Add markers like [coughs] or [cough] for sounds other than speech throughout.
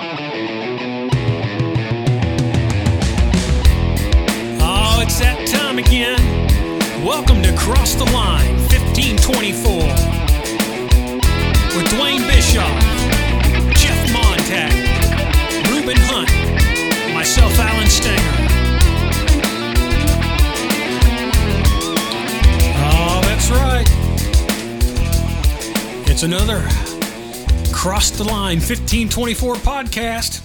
Oh, Across the Line 1524 with Dwayne Bischoff, Jeff Montag, Ruben Hunt, myself, Alan Stenger. Oh, that's right. It's another Cross the Line 1524 podcast.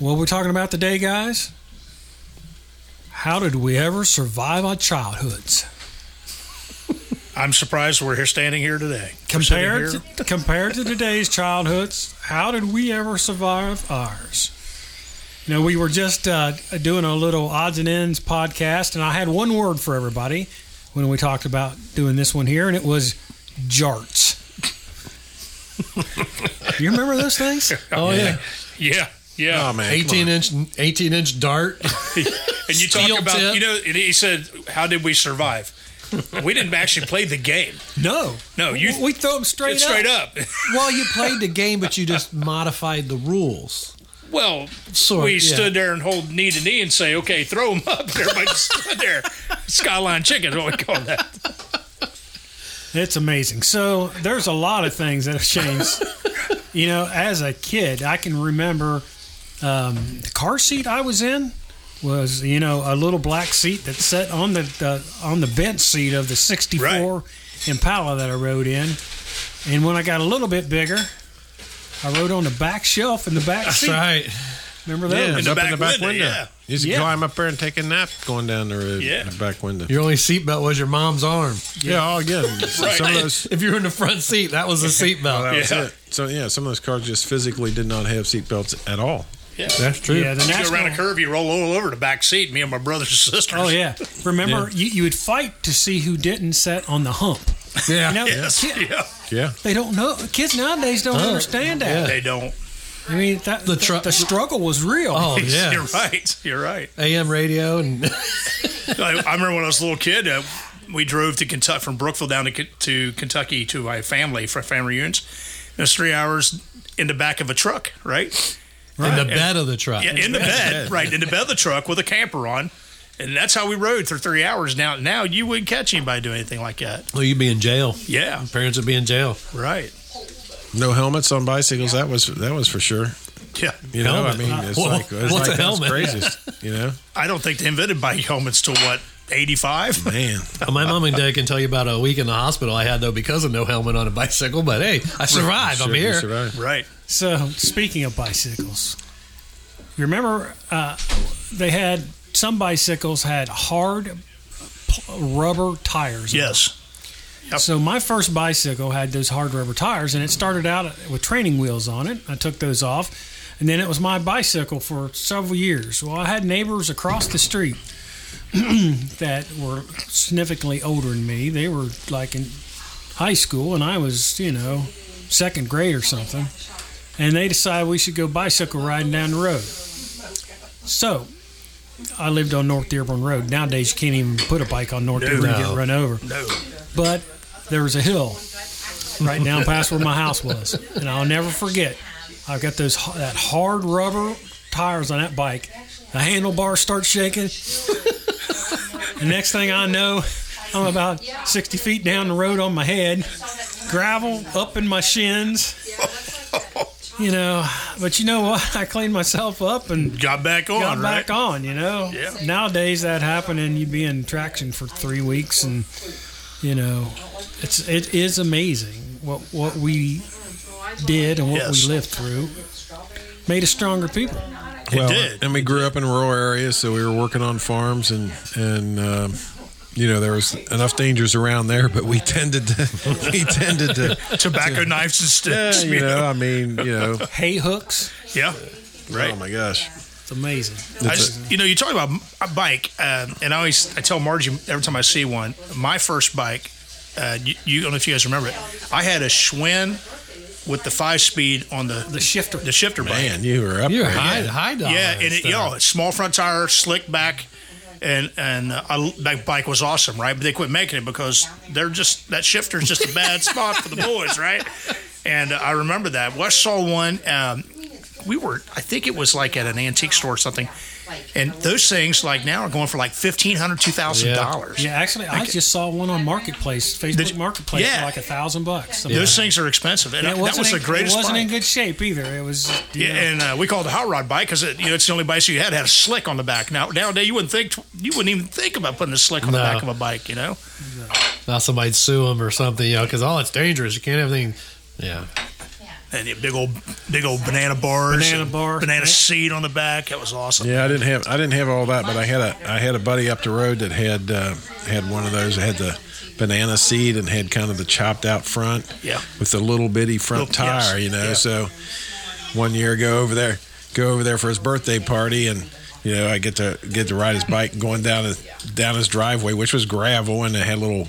What we're talking about today, guys? How did we ever survive our childhoods? I'm surprised we're here standing here today. We're sitting Compared here. [laughs] to, compared to today's childhoods, how did we ever survive ours? You know, we were just uh, doing a little odds and ends podcast, and I had one word for everybody when we talked about doing this one here, and it was jarts. [laughs] you remember those things? [laughs] Oh yeah, yeah, yeah. Oh man, eighteen inch, eighteen inch dart. and you steel talk about tip. you know, and he said, "How did we [laughs] survive?" we didn't actually play the game. [laughs] No, No, you- We throw them straight, It's straight up. [laughs] well, you played the game, but [laughs] you just modified the rules. well, Sort- we yeah. stood there and hold knee to knee and say, "Okay, throw them up." [laughs] And Everybody stood there. Skyline chicken is what we call that. It's amazing. So there's a lot of things that have [laughs] changed. you know, as a kid, I can remember um, the car seat I was in was you know a little black seat that sat on the, the on the bench seat of the '64 Impala that I rode in. And when I got a little bit bigger, I rode on the back shelf in the back seat. right. Remember that? It's the up in back the back window, window. yeah. You used to Yeah. climb up there and take a nap going down the road. Yeah. in the back window. Your only seatbelt was your mom's arm. Yeah, oh yeah. Some of those. If you were in the front seat, that was a That seatbelt. was Yeah. Oh, it. So yeah, some of those cars just physically did not have seatbelts at all. Yeah. That's true. Yeah, the You go national. around a curve, you roll all over the back seat. Me and my brothers and sisters. Oh yeah! Remember, You, you would fight to see who didn't sit on the hump. Yeah. You know, [laughs] [laughs] Yes. kid- Yeah. Yeah, They don't know. Kids nowadays don't Oh, understand that. They don't. I mean, that, the, The tru- the struggle was real. [laughs] Oh You're yeah. right. You're right. AM radio and [laughs] I, I remember when I was a little kid, uh, we drove to Kentucky from Brookville down to, Ken- to Kentucky to my family for family reunions. And it's three hours in the back of a truck, right? in the bed of the truck. Yeah, in the bed, right in the bed of the truck with a camper on. And that's how we rode for three hours. Now, now you wouldn't catch anybody doing anything like that. Well, you'd be in jail. Yeah, Parents would be in jail. right. no helmets on bicycles. That was that was for sure. Yeah, You know, Helmet. I mean, it's Wha- like it's what's like a helmet? Craziest, you know, I don't think they invented bike helmets till what eighty five. man. My mom and dad can tell you about a week in the hospital I had though because of no helmet on a bicycle. But hey, I survived. I'm Sure, you here. survived. Right. So, speaking of bicycles, you remember uh, they had some bicycles had hard pl- rubber tires. on Yes. them. So my first bicycle had those hard rubber tires, and it started out with training wheels on it. I took those off, and then it was my bicycle for several years. Well, I had neighbors across the street [clears throat] that were significantly older than me. They were like in high school, and I was, you know, second grade or something. And they decided we should go bicycle riding down the road. So I lived on North Dearborn Road. Nowadays, you can't even put a bike on North Dearborn and get No. run over. No. But there was a hill right down past where my house was, and I'll never forget. I've got those that hard rubber tires on that bike. The handlebar starts shaking. The next thing I know, I'm about 60 feet down the road on my head, gravel up in my shins. You know, but you know what? I cleaned myself up and Got back on. got right. back on, you know? Yeah. Nowadays that happen and you'd be in traction for three weeks and you know it's it is amazing what what we did and what Yes. we lived through. Made us stronger people. Well, did. and we grew up in rural areas, so we were working on farms, and and um, you know there was enough dangers around there, but we tended to [laughs] we tended to. Tobacco knives and Yeah, sticks. you know, I mean, you know, Hay hooks. [laughs] Yeah. Right. oh my gosh, It's amazing. I just, you know, you talk about a bike, uh, and I always I tell Margie every time I see one. My first bike, uh, you, you I don't know if you guys remember it. I had a Schwinn with the five speed on the The shifter. the shifter bike. man, you were up You're there. high, high dollar. Yeah, and it, stuff. y'all, it's small front tire, slick back, and and uh, I, that bike was awesome, right? But they quit making it because they're just that shifter's just [laughs] a bad spot for the boys, right? And uh, I remember that Wes saw one. Um, we were, I think it was like at an antique store or something. And those things like now are going for like $1,500, $2,000. Yeah, actually, I just saw one on Marketplace, Facebook Did- Marketplace, yeah. for like a thousand bucks. Those things are expensive. And, And I- it that wasn't was in, the greatest It wasn't bike. in good shape either. It was. you Yeah, know, and uh, we called it a hot rod bike because it, you know, it's the only bicycle you had had a slick on the back. Now nowadays you wouldn't think you wouldn't even think about putting a slick on the No. back of a bike. You know, Now somebody'd sue them or something, you know, because all it's dangerous. You can't have anything. Yeah. and the big old big old banana bars, Banana and bar, banana yeah. seat on the back. That was awesome. Yeah, I didn't have I didn't have all that, but I had a I had a buddy up the road that had uh, had one of those. It had the banana seed and had kind of the chopped out front. Yeah. With the little bitty front Little- yes, tire, you know. yeah. So one year go over there, go over there for his birthday party, and you know I get to get to ride his bike going down his down his driveway, which was gravel, and it had little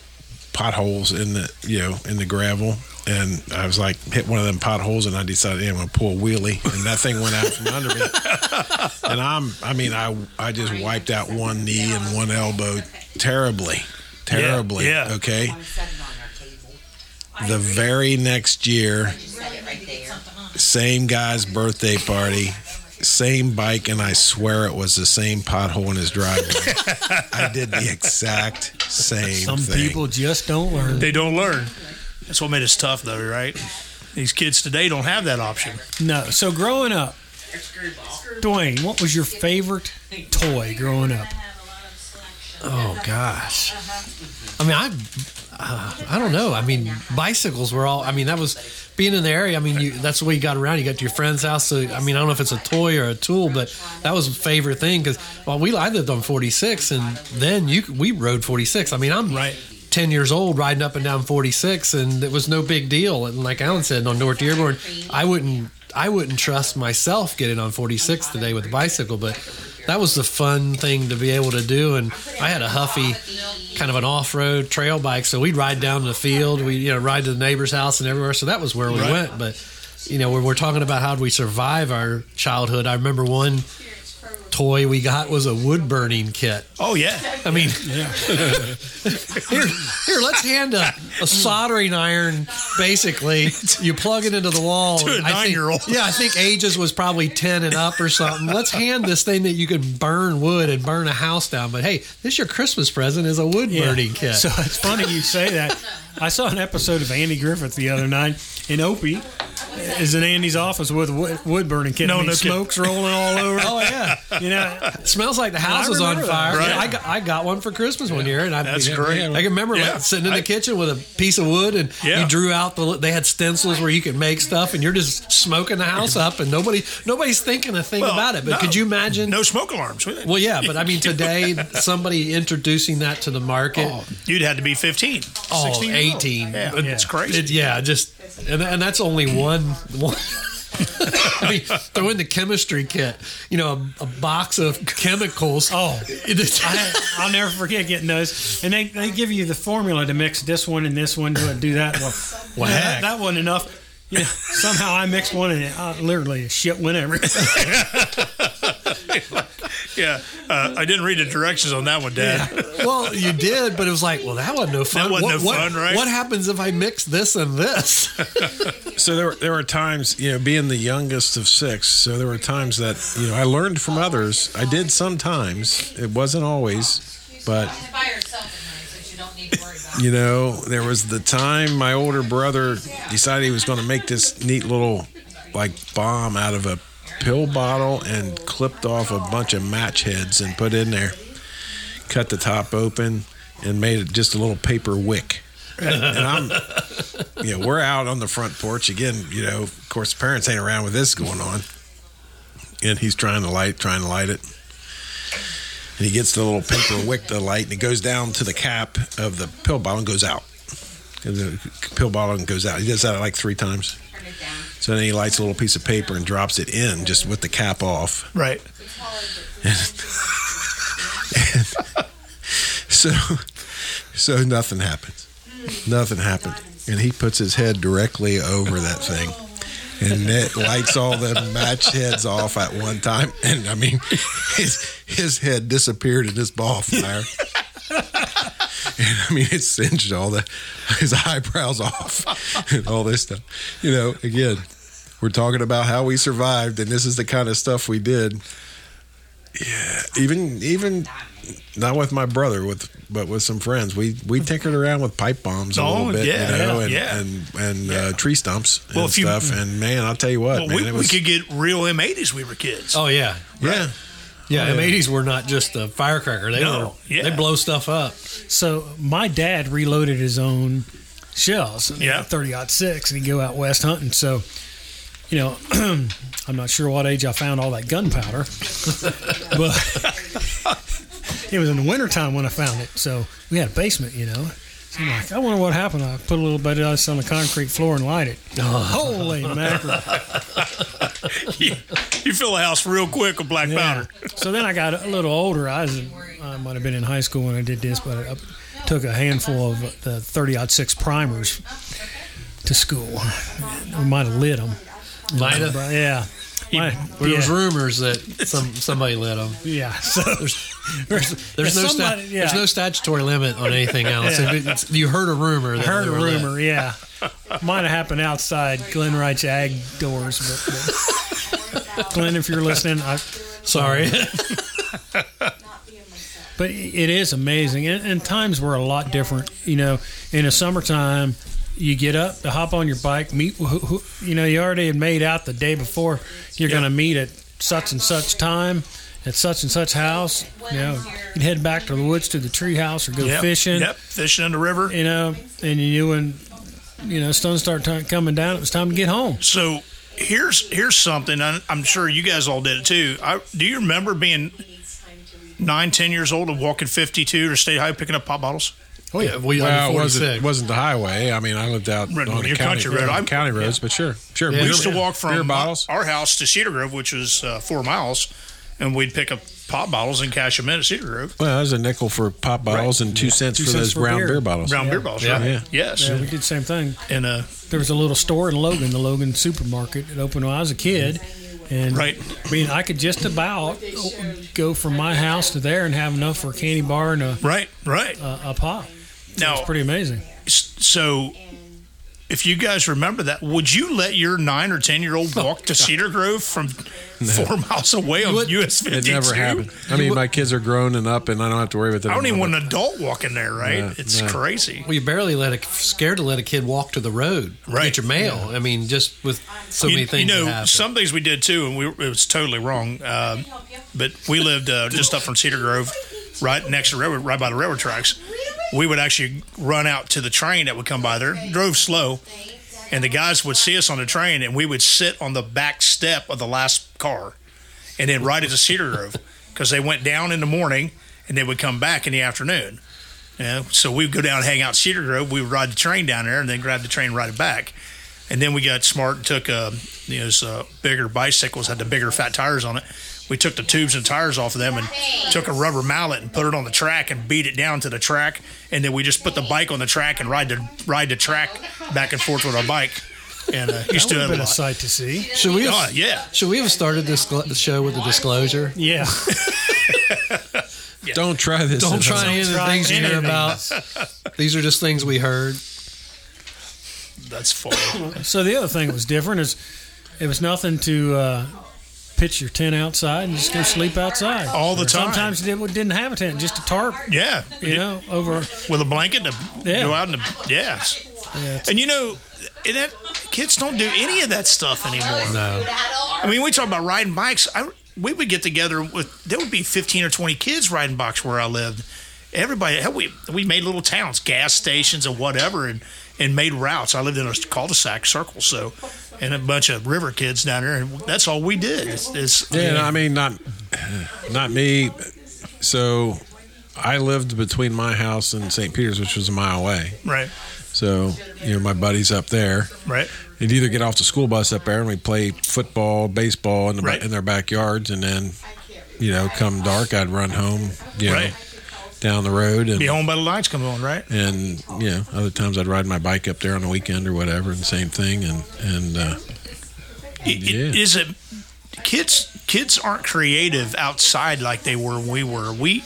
potholes in the you know in the gravel. And I was like hit one of them potholes, and I decided "Hey, I'm gonna pull a wheelie, and that thing went out from under [laughs] me and I'm I mean I I just wiped out one knee and one elbow terribly terribly Yeah, yeah. okay sitting on our table. the very next year You said it right there. same guy's birthday party same bike and I swear it was the same pothole in his driveway I did the exact same some thing people just don't learn. They don't learn. That's what made us tough, though, right? These kids today don't have that option. No. So growing up, Dwayne, what was your favorite toy growing up? Oh gosh. Uh-huh. I mean, I uh, I don't know. I mean, bicycles were all. I mean, that was being in the area. I mean, you, that's the way you got around. You got to your friend's house. So, I mean, I don't know if it's a toy or a tool, but that was a favorite thing because well, we I lived on 46, and then you we rode 46. I mean, I'm Right. 10 years old riding up and down 46 and it was no big deal and like alan said on north dearborn i wouldn't i wouldn't trust myself getting on 46 today with a bicycle but that was the fun thing to be able to do and i had a huffy kind of an off-road trail bike so we'd ride down the field we you know ride to the neighbor's house and everywhere so that was where we Right. went but you know when we're talking about how do we survive our childhood i remember one toy we got was a wood burning kit Oh yeah, I mean, here, here, let's hand a, a soldering iron. Basically, you plug it into the wall. To a and I think- nine-year-old. Yeah, I think ages was probably ten and up or something. Let's hand this thing that you can burn wood and burn a house down. But hey, this your Christmas present is a wood burning kit. So it's funny you say that. I saw an episode of Andy Griffith the other night, and Opie is in Andy's office with a wood, wood burning kit. No, I mean, no kidding. smoke's rolling all [laughs] over. oh yeah, You know, It smells like the house I was on remember that. fire. Right. Yeah, I got I got one for Christmas one year, and I That's yeah, great. I can remember Yeah. like, sitting in the I- kitchen with a piece of wood, and Yeah. you drew out the. They had stencils where you could make stuff, and you're just smoking the house up, and nobody nobody's thinking a thing Well, about it. But no. could you imagine? no smoke alarms. Well, yeah, but [laughs] I mean, today somebody introducing that to the market. Oh, you'd had to be 15, 16 years old. 18. Yeah, it's crazy. It- yeah, just and, and that's only one. one [laughs] I mean, throw in the chemistry kit. You know, a, a box of chemicals. Oh. [laughs] It- [laughs] I, I'll never forget getting those. And they, they give you the formula to mix this one and this one to do that. Well, Well, yeah, heck. that, that wasn't enough. You know, somehow I mixed one and it, uh, literally shit went everywhere. yeah, uh, I didn't read the directions on that one, Dad. well, you did, but it was like, well, that wasn't no fun. wasn't what, no what- fun, right? What happens if I mix this [laughs] and this? so there were, there were times you know being the youngest of six so there were times that you know I learned from others I did sometimes it wasn't always but She's by herself at night, so you don't need to worry about You know, there was the time my older brother decided he was going to make this neat little like bomb out of a pill bottle and clipped off a bunch of match heads and put in there. Cut the top open and made it just a little paper wick. And I'm, you know, we're out on the front porch again. You know, of course, parents ain't around with this going on. And he's trying to light, trying to light it. And he gets the little paper [laughs] wick to light, and it goes down to the cap of the pill bottle and goes out. And the pill bottle and goes out. He does that like three times. turn it down. So then he lights a little piece of paper and drops it in just with the cap off. [laughs] [laughs] Right. So, so nothing happens. Nothing happened. And he puts his head directly over that thing. And it lights all the match heads off at one time. And I mean, his, his head disappeared in this ball of fire. And I mean, it singed all the his eyebrows off and all this stuff. You know, again, We're talking about how we survived, and this is the kind of stuff we did. Yeah, even even not with my brother, with but with some friends, we we tinkered around with pipe bombs a Oh, little bit, yeah, you know, yeah, and yeah. and, and Uh, tree stumps and Well, if you- stuff. and man, I'll tell you what, Well, man, we, it we was could get real M80s. We were kids. Oh yeah, yeah. yeah. M80s were not just a firecracker. They Oh, No, were. yeah. They blow stuff up. So my dad reloaded his own shells. Yeah. Thirty odd six, and he'd go out west hunting. So, you know, [clears throat] I'm not sure what age I found all that gunpowder, [laughs] but [laughs] it was in the wintertime when I found it. So we had a basement, you know. So I'm like, I wonder what happened. I put a little bit of this on the concrete floor and light it. Holy mackerel! you, you fill the house real quick with black Yeah. powder. So then I got a little older. I was, I might have been in high school when I did this, but I took a handful of the thirty odd six primers to school. We might have lit them. Might have. But yeah. My- There was yeah, rumors that some somebody lit them. yeah. So [laughs] there's, There's no sta- somebody- yeah. there's no statutory limit [laughs] on anything else. Yeah. If it's- you heard a rumor. That heard they a were lit. rumor. Yeah, might have happened outside Glenn Wright's ag doors. But, but Glenn, if you're listening, I, Sorry. But it is amazing, and, and times were a lot different. You know, in the summertime, you get up, to hop on your bike, meet. Who, who, you know, you already had made out the day before you're going to meet at such and such time at such and such house. You know, you'd head back to the woods to the tree house or go Yep, fishing. Yep. Fishing in the river. You know, and you knew when you know stones start t- coming down, it was time to get home. So here's here's something. I'm, I'm sure you guys all did it too. I, do you remember being nine, ten years old and walking 52 to State High picking up pop bottles? oh [laughs] yeah, we Well, well, it 46. wasn't, wasn't the highway. I mean, I lived out Right, on the your county, country road. on I'm- county roads, but sure, sure. Yeah. We Beer- used to walk beer from uh, bottles. our house to Cedar Grove, which was uh, four miles, and we'd pick up pop bottles and cash them in at Cedar Grove. Well, that was a nickel for pop bottles and two cents Two for cents those for brown beer. beer, bottles. Brown beer bottles, Yeah. right? Yeah. Yes. Yeah, we did the same thing. And uh, there was a little store in Logan, the Logan supermarket. It opened when I was a kid, and Right. I mean, I could just about go from my house to there and have enough for a candy bar and a, right, right. a, a pop. now, It's pretty amazing. s- so if you guys remember that, would you let your nine or ten year old walk to Cedar Grove from four miles away on What? US 52? It never happened. I mean, my kids are grown and up, and I don't have to worry about that. I don't even anymore. want an adult walking there, right? No, it's no. crazy. Well, you barely let a scared to let a kid walk to the road Right. get your mail. I mean, just with so You, many you things. that know, happen. some things we did too, and we it was totally wrong. Um but we lived uh, just up from Cedar Grove, right next to the railroad, right by the railroad tracks. We would actually run out to the train that would come by there. Drove slow, and the guys would see us on the train, and we would sit on the back step of the last car, and then ride it to Cedar Grove because they went down in the morning and they would come back in the afternoon. Yeah, so we'd go down and hang out in Cedar Grove. We would ride the train down there, and then grab the train and ride it back. And then we got smart and took uh, you know, those uh, bigger bicycles had the bigger fat tires on it. We took the tubes and tires off of them and took a rubber mallet and put it on the track and beat it down to the track. And then we just put the bike on the track and ride the ride the track back and forth with our bike. And uh, used to It's do been a that sight to see. should we a have, lot. Oh, yeah, should we have started this gl- show with a disclosure? Yeah, Don't try this. Don't at try home. any of the try things you hear anything. about. These are just things we heard. that's funny. So the other thing that was different is it was nothing to uh, pitch your tent outside and just go sleep outside All the time. Sometimes it didn't have a tent, just a tarp. Yeah, You know, over with a blanket to Yeah. go out in the yeah. And you know, and that kids don't do any of that stuff Oh, anymore. No. I mean, we talk about riding bikes. I, we would get together with there would be fifteen or twenty kids riding bikes where I lived. Everybody, hell, we we made little towns, gas stations, and whatever, and and made routes. I lived in a cul-de-sac circle, so and a bunch of river kids down there, and that's all we did. It's, it's Yeah, no, I mean, not not me. So I lived between my house and St. Peter's, which was a mile away. right, So you know, my buddies up there. right. They'd either get off the school bus up there and we play football, baseball in, the, ba- Right. in their backyards, and then you know, come dark, I'd run home, you know, Right. down the road, and Be home by the lights come on, right? and you know, other times I'd ride my bike up there on the weekend or whatever, and same thing, and and uh, It- it Yeah. is it kids kids aren't creative outside like they were when we were we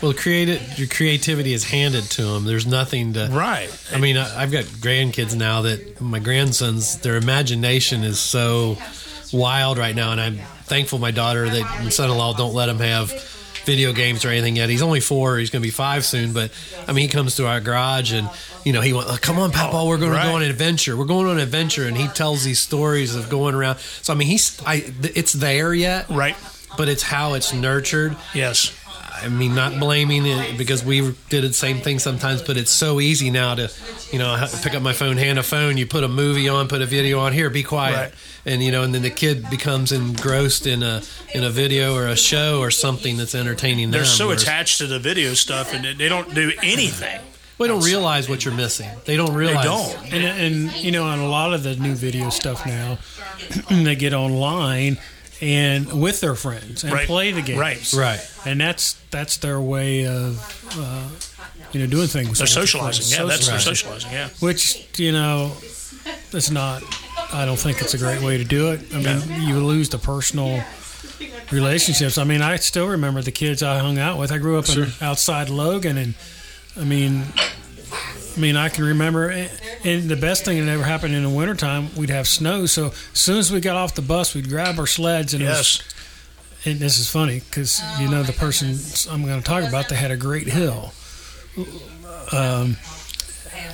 Well, create it. Your creativity is handed to them. There's nothing to. Right. I mean, I, I've got grandkids now that my grandsons, their imagination is so wild right now, and I'm thankful my daughter that and son-in-law don't let him have video games or anything yet. He's only four; he's going to be five soon. But I mean, he comes to our garage, and you know, he went, "Oh, "Come on, Papa, we're going to Right. go on an adventure. We're going on an adventure," and he tells these stories of going around. So I mean, he's I, th- it's there yet, Right. but it's how it's nurtured. Yes. I mean, not blaming it because we did the same thing sometimes, but it's so easy now to, you know, I pick up my phone, hand a phone, you put a movie on, put a video on. Here, be quiet, Right. and you know, and then the kid becomes engrossed in a in a video or a show or something that's entertaining They're them. so whereas- attached to the video stuff, and they- they don't do anything. We don't realize what you're missing. They don't They realize. don't. And, and you know, on a lot of the new video stuff now, [clears throat] they get online and with their friends and Right. play the games. Right. Right. And that's that's their way of uh, you know doing things. They're with their friends. socializing. Yeah, that's they're Socializing. socializing. Yeah. Which you know, it's not. I don't think it's a great way to do it. I mean, you lose the personal relationships. I mean, I still remember the kids I hung out with. I grew up in outside Logan, and I mean, I mean, I can remember. And the best thing that ever happened in the wintertime, we'd have snow. So as soon as we got off the bus, we'd grab our sleds and it was- Yes. and this is funny because you know the person I'm going to talk about. They had a great hill. Um,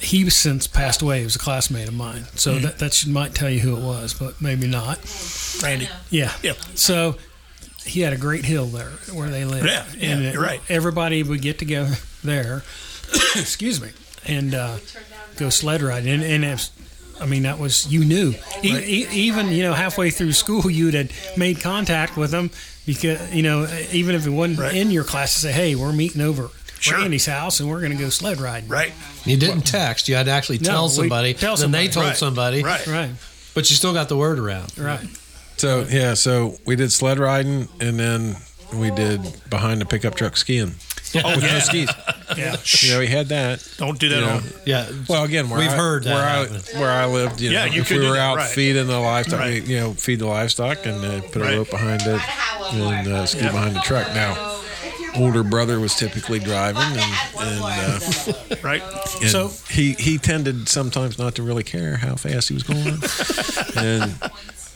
he since passed away. He was a classmate of mine, so Mm-hmm. that that should, might tell you who it was, but maybe not. Randy. Yeah. Yeah. So he had a great hill there where they lived. Yeah, yeah, And you're right. Everybody would get together there. [coughs] excuse me, and uh, go sled riding. And, and it's, I mean, that was you knew. E- e- even you know halfway through school, you'd had made contact with them because you know even if it wasn't Right. in your class, to say, hey, we're meeting over. Sure. Randy's house, and we're going to go sled riding. Right. You didn't text. You had to actually No, tell we- somebody. tell then somebody. they told Right. somebody. Right. right, But you still got the word around. right. So yeah, so we did sled riding, and then we did behind the pickup truck skiing. Oh, With no yeah. skis. yeah. You know, we had that. Don't do that. Yeah. on- Yeah. Well, again, where We've I, heard that where happen. I where I lived. You Yeah, know, you if could we do were that, out right. feeding the livestock, Right. we, you know, feed the livestock, and uh, put Right. a rope behind it and uh, ski Yeah. behind the truck. Now, older brother was typically driving, and and, uh, [laughs] Right. and So- he he tended sometimes not to really care how fast he [laughs] was going. and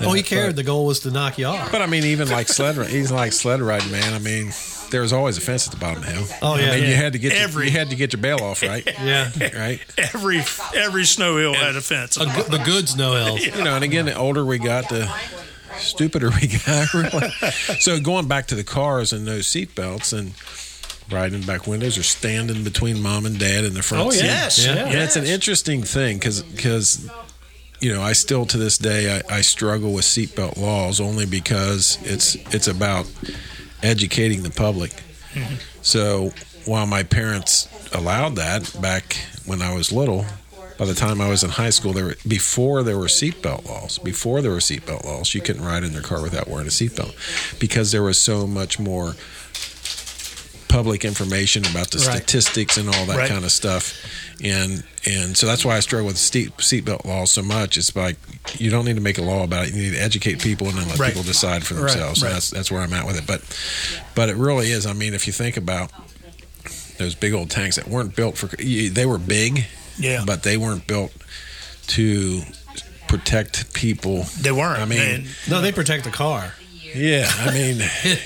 Oh, he but- cared. The goal was to knock you off. But I mean, even like sled, ri- he's like sled riding, man. I mean, there was always a fence at the bottom of the hill. Oh, yeah, I mean, yeah. you had to get Every- your, you had to get your bail off, [laughs] right? Yeah. Right. Every every snow hill had a fence. A go- the goods no help. You know, and again, the older we got, the stupider we got. Really. [laughs] so going back to the cars and those seat belts and riding back windows or standing between mom and dad in the front Oh, seat. Yes. Yeah. Yeah, it's an interesting thing because you know I still to this day I, I struggle with seatbelt laws only because it's it's about educating the public. Mm-hmm. So while my parents allowed that back when I was little, by the time I was in high school, there were, before there were seatbelt laws. Before there were seatbelt laws, you couldn't ride in their car without wearing a seatbelt because there was so much more public information about the Right. statistics and all that Right. kind of stuff. And and so that's why I struggle with seat seatbelt laws so much. It's like you don't need to make a law about it. You need to educate people and then let Right. people decide for themselves. right. And that's that's where I'm at with it. But but it really is. I mean, if you think about those big old tanks that weren't built for, they were big, Yeah. but they weren't built to protect people. They weren't. I mean, No, they protect the car. yeah, [laughs] I mean,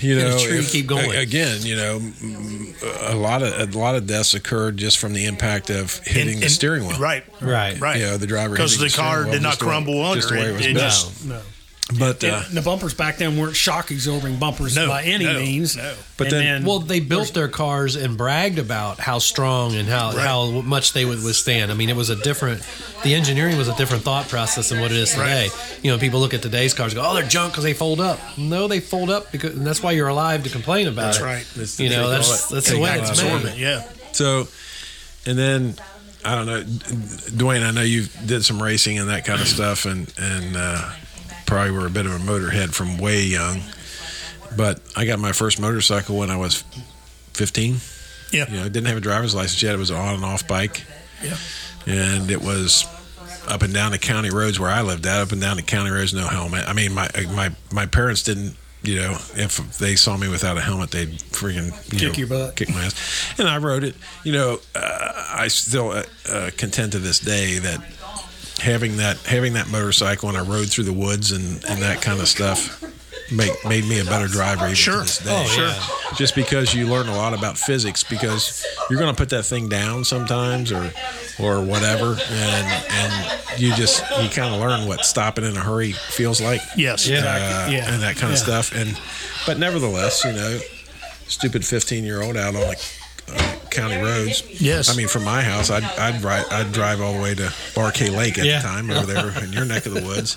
you Hit a know, tree, keep going. a- again, you know, mm, a lot of a lot of deaths occurred just from the impact of They- hitting and- the and- steering wheel. Right. Right. Right. You know, the driver because hitting the the car steering wheel did not just the way- crumble under. just the way it was it built. just- No, But uh, And the bumpers back then weren't shock absorbing bumpers No, by any no, means. no. But And then- Well, they built their cars and bragged about how strong and how, how much they would withstand. I mean, it was a different, the engineering was a different thought process than what it is today. You know, people look at today's cars and go, oh, they're junk because they fold up. No, they fold up because, and that's why you're alive to complain about That's it. right. That's you the know, thing. that's, that's the Take way that it's glass made. orbit. Yeah. So, and then I don't know, D- Dwayne. I know you did some racing and that kind of stuff, and and uh, probably were a bit of a motorhead from way young. But I got my first motorcycle when I was fifteen. Yeah. You know, I didn't have a driver's license yet. It was an on and off bike. Yeah. And it was up and down the county roads where I lived at, up and down the county roads, no helmet. I mean, my my my parents didn't you know, if they saw me without a helmet, they'd freaking you Kick know, your butt. kick my ass. And I wrote it. You know, uh, I still uh, uh, contend to this day that having that having that motorcycle and I rode through the woods and, and that kind of stuff make made me a better driver even Sure. to this day. Oh, Sure. yeah. Just because you learn a lot about physics because you're gonna put that thing down sometimes or or whatever and and you just you kinda learn what stopping in a hurry feels like Yes. Yeah. uh, Yeah. and that kind of Yeah. stuff. And but nevertheless, you know, stupid fifteen year old out on the uh, county roads. Yes. I mean, from my house, I'd I'd ride I'd drive all the way to Barkay Lake at Yeah. the time over there in your neck of the woods,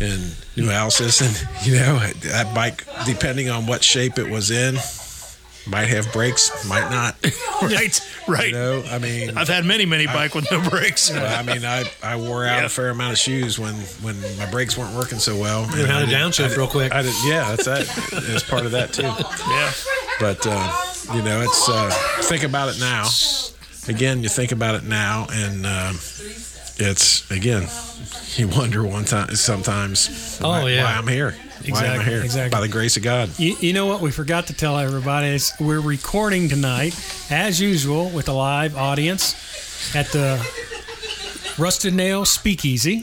and New Alsace, and you know that bike, depending on what shape it was in, might have brakes, might not. [laughs] Right. Right. You know, I mean, I've had many, many bike with no brakes. I mean, I, I wore out Yeah. a fair amount of shoes when, when my brakes weren't working so well. You know how to I didn't- downshift I didn't- real quick. I did, yeah, that's that. It's part of that [laughs] too. Yeah. But uh, you know, it's uh, think about it now. Again, you think about it now, and uh, it's again, you wonder one time sometimes. Oh, why, yeah. why I'm here. Why am I Exactly, here? exactly. By the grace of God. You, you know what we forgot to tell everybody is we're recording tonight, as usual, with a live audience at the Rusted Nail Speakeasy.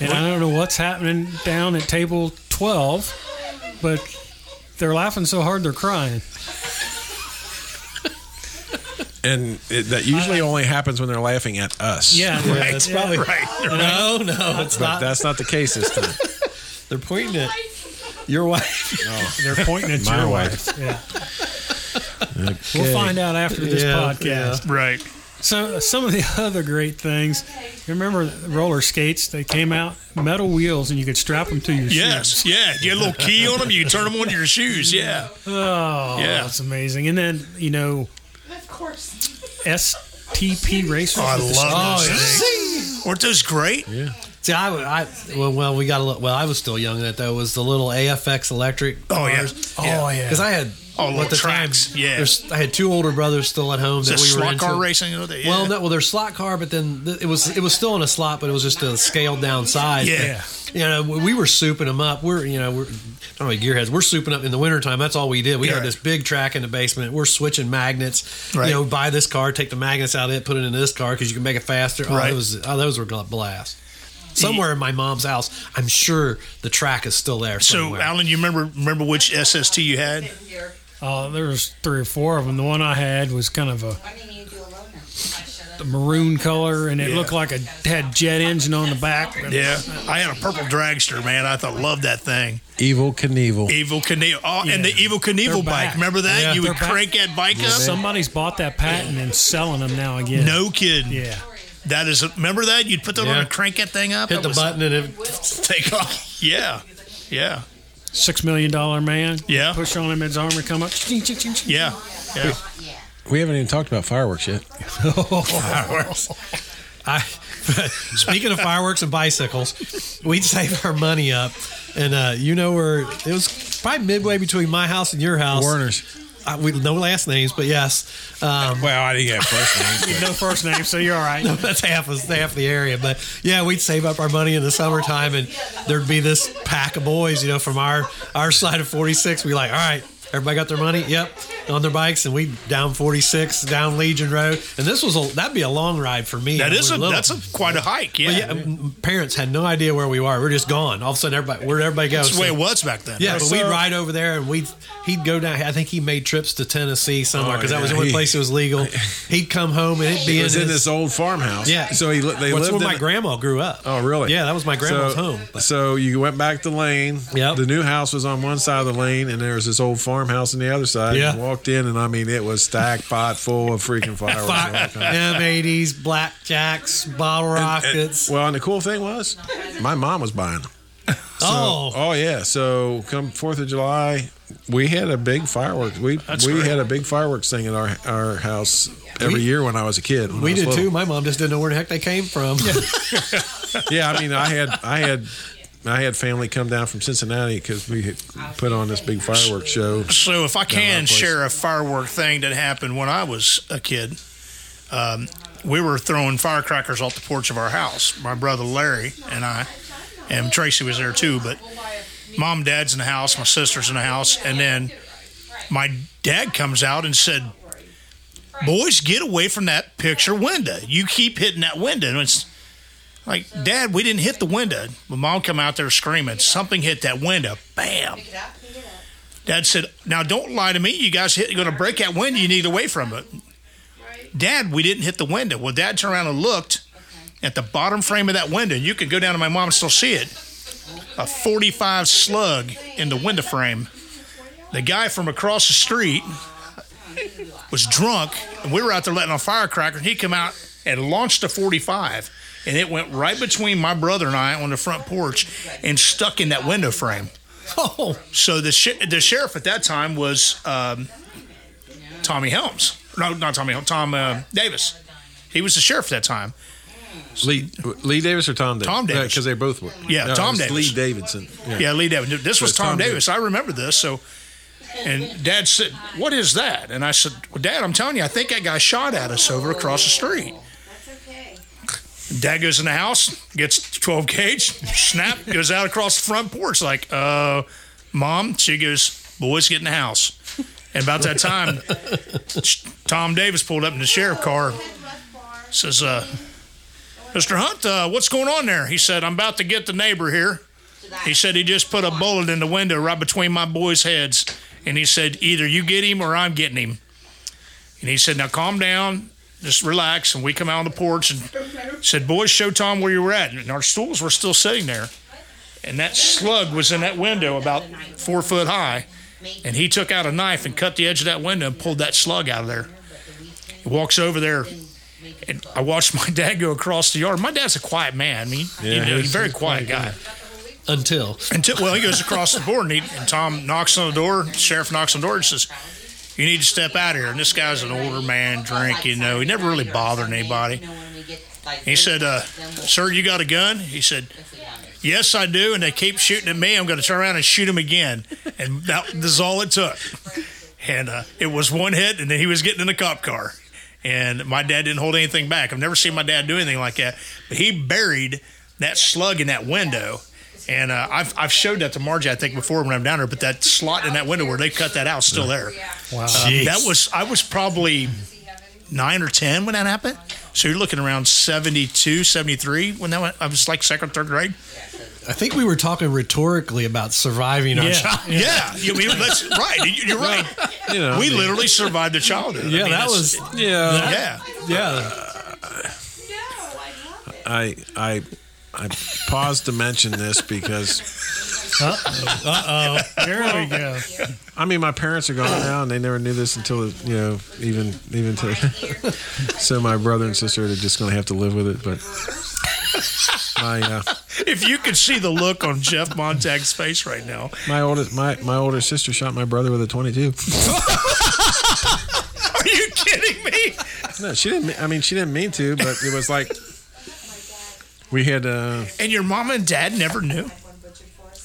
And I don't know what's happening down at table 12, but they're laughing so hard they're crying. And it, that usually only happens when they're laughing at us. [laughs] Yeah, Yeah, that's that's yeah. probably Right. [laughs] No, no, it's But not. that's not the case this time. [laughs] They're pointing at your wife. They're pointing at My your wife. wife. Yeah. We'll find out after this Yeah, podcast. yeah. Right. So uh, some of the [laughs] other great things. You remember roller skates? They came out metal wheels, and you could strap them to your shoes. Yes. Yeah. You had a little key on them. You turn them on your shoes. Yeah. Oh, Yeah. that's amazing. And then you know, of course, [laughs] STP racers. Oh, I with the love straps. those things. Weren't those great? See, I, would- I well, well, we got a little. Well, I was still young. That though was the little AFX electric. Oh, yeah. cars. Oh yeah. Because I had Oh, little at the tracks, Time, yeah. there's- I had two older brothers still at home Is that that we were slot into. car racing? the other day? Yeah. Well, no, well, there's slot car, but then th- it was it was still in a slot, but it was just a scaled down size. Yeah. you know, we we were souping them up. We're you know we're not only gearheads. We're souping up in the wintertime. That's all we did. We Yeah. had this big track in the basement. We're switching magnets. Right. You know, buy this car, take the magnets out of it, put it in this car because you can make it faster. Oh, Right. those, oh, those were gl- blasts. Somewhere in my mom's house, I'm sure the track is still there. So, Somewhere. Alan, you remember remember which SST you had? Oh, there was three or four of them. The one I had was kind of a Why didn't you do a loaner? I should have. maroon color, and it Yeah. looked like a had jet engine on the back. Yeah, I had a purple dragster, man. I thought loved that thing. Evil Knievel. Evil Knievel, oh, and the Yeah. Evil They're Knievel back. bike. Remember that? Yeah. you would They're back. crank that bike up. Somebody's bought that patent and selling them now again. No kidding. Yeah. That is. Remember that? You'd put that on Yeah. and crank that thing up. hit That the was- button and it [laughs] Take off. Yeah. Yeah. Six million dollar man. Yeah. Push on him, his arm would come up. Yeah. Yeah. We haven't even talked about fireworks yet. fireworks. I, speaking of fireworks and bicycles, we'd save our money up, and uh, you know where it was probably midway between my house and your house. Warners. I, we no last names, but yes, um, [laughs] Well, I didn't get [laughs] first name. No first name, so you're all right. that's half of half the area. But yeah, we'd save up our money in the summertime, and there'd be this pack of boys, you know, from our our side of 46. We like, all right. Everybody got their money. Yep, on their bikes, and we down 46, down Legion Road, and this was a that'd be a long ride for me. That when we is were a. little. That's a quite a hike. Yeah. But yeah, m- parents had no idea where we were. We're just gone. All of a sudden, everybody, where everybody goes? That's the way it was back then. yeah, but Right. we'd ride over there, and we'd he'd go down. I think he made trips to Tennessee somewhere Oh, because that was the yeah, only he- place it was [laughs] legal. He'd come home and it'd be It in was his. in this old farmhouse. yeah, So he li- they That's lived where in my the- grandma grew up. Oh, really? Yeah, that was my grandma's so, home. But- So you went back the lane. Yep. The new house was on one side of the lane, and there was this old farmhouse on the other side. Yeah. You walked in, and I mean, it was stacked pot full of [laughs] freaking fireworks. and [laughs] all kinds of- M80s, blackjacks, bottle rockets. well, and the cool thing was, my mom was buying them. oh, Oh yeah. So come Fourth of July, we had a big fireworks. We we great. had a big fireworks thing at our our house every We- year when I was a kid. when I we was did little. too. My mom just didn't know where the heck they came from. yeah, I mean, I had, I had, I had family come down from Cincinnati because we had put on this big fireworks show. So if I can place. share a firework thing that happened when I was a kid, um, we were throwing firecrackers off the porch of our house. My brother Larry and I, and Tracy was there too. But mom, dad's in the house, my sister's in the house, and then my dad comes out and said, "Boys, get away from that picture window. You keep hitting that window." And it's like, "Dad, we didn't hit the window." But mom come out there screaming, "Something hit that window!" Bam. Dad said, "Now don't lie to me. You guys hit. You're going to break that window. You need to away from it." Dad, we didn't hit the window. Well, Dad turned around and looked at the bottom frame of that window. You can go down to my mom and still see it. A 45 slug in the window frame. The guy from across the street was drunk, and we were out there letting off firecracker, and he come out and launched a 45, and it went right between my brother and I on the front porch and stuck in that window frame. Oh, So the sh- the sheriff at that time was um, Tommy Helms. No, not Tommy Helms. Tom uh, Davis. He was the sheriff at that time. Lee, Lee Davis or Tom Davis? Tom Davis. Because they both were. Yeah, Tom it's Davis. Lee Davidson. Yeah, Lee Davis. This was it's Tom, Tom Davis. I remember this. So, and Dad said, "What is that?" And I said, well, "Dad, I'm telling you, I think that guy shot at us over across the street." Dad goes in the house, gets 12 gauge, snap, goes out across the front porch, like, uh, mom. She goes, boys, get in the house. And about that time, [laughs] Tom Davis pulled up in the sheriff car, says, uh, Mr. Hunt, uh, what's going on there? He said, I'm about to get the neighbor here. He said he just put a bullet in the window right between my boys' heads. And he said, either you get him or I'm getting him. And he said, now calm down, just relax. And we come out on the porch and said, boys, show Tom where you were at. And our stools were still sitting there. And that slug was in that window about four foot high. And he took out a knife and cut the edge of that window and pulled that slug out of there. He walks over there. And I watched [laughs] my dad go across the yard. My dad's a quiet man. I mean, you know, he's a very quiet guy. [laughs] until And t- well, he goes across the board, and, he, and Tom knocks on the door. Sheriff knocks on the door and says, "You need to step out of here." And this guy's an older man, drink, you know. He never really bothered anybody. He said, uh, "Sir, you got a gun?" He said, "Yes, I do." And they keep shooting at me. I'm going to turn around and shoot him again. And that is all it took. And uh, it was one hit, and then he was getting in the cop car. And my dad didn't hold anything back. I've never seen my dad do anything like that. But he buried that slug in that window. And uh, I've, I've showed that to Margie, I think, before when I'm down there. But that slot in that window where they cut that out is still there. uh, Wow. Um, that was I was probably nine or ten when that happened. So you're looking around 72, 73 when that went, I was like second, third grade. I think we were talking rhetorically about surviving our Yeah. childhood. Yeah, [laughs] you mean, that's right. You- You're right. You know, we I mean, literally survived a childhood. I Yeah, mean, that that's- was Yeah. Yeah, yeah. I I I paused to mention this because Uh oh. There we go. I mean my parents are gone now and they never knew this until you know even even to, [laughs] so my brother and sister are just gonna have to live with it but my uh, if you could see the look on Jeff Montag's face right now, my oldest my my older sister shot my brother with a 22 are you kidding me? no she didn't mean- I mean she didn't mean to but it was like we had uh And your mom and dad never knew.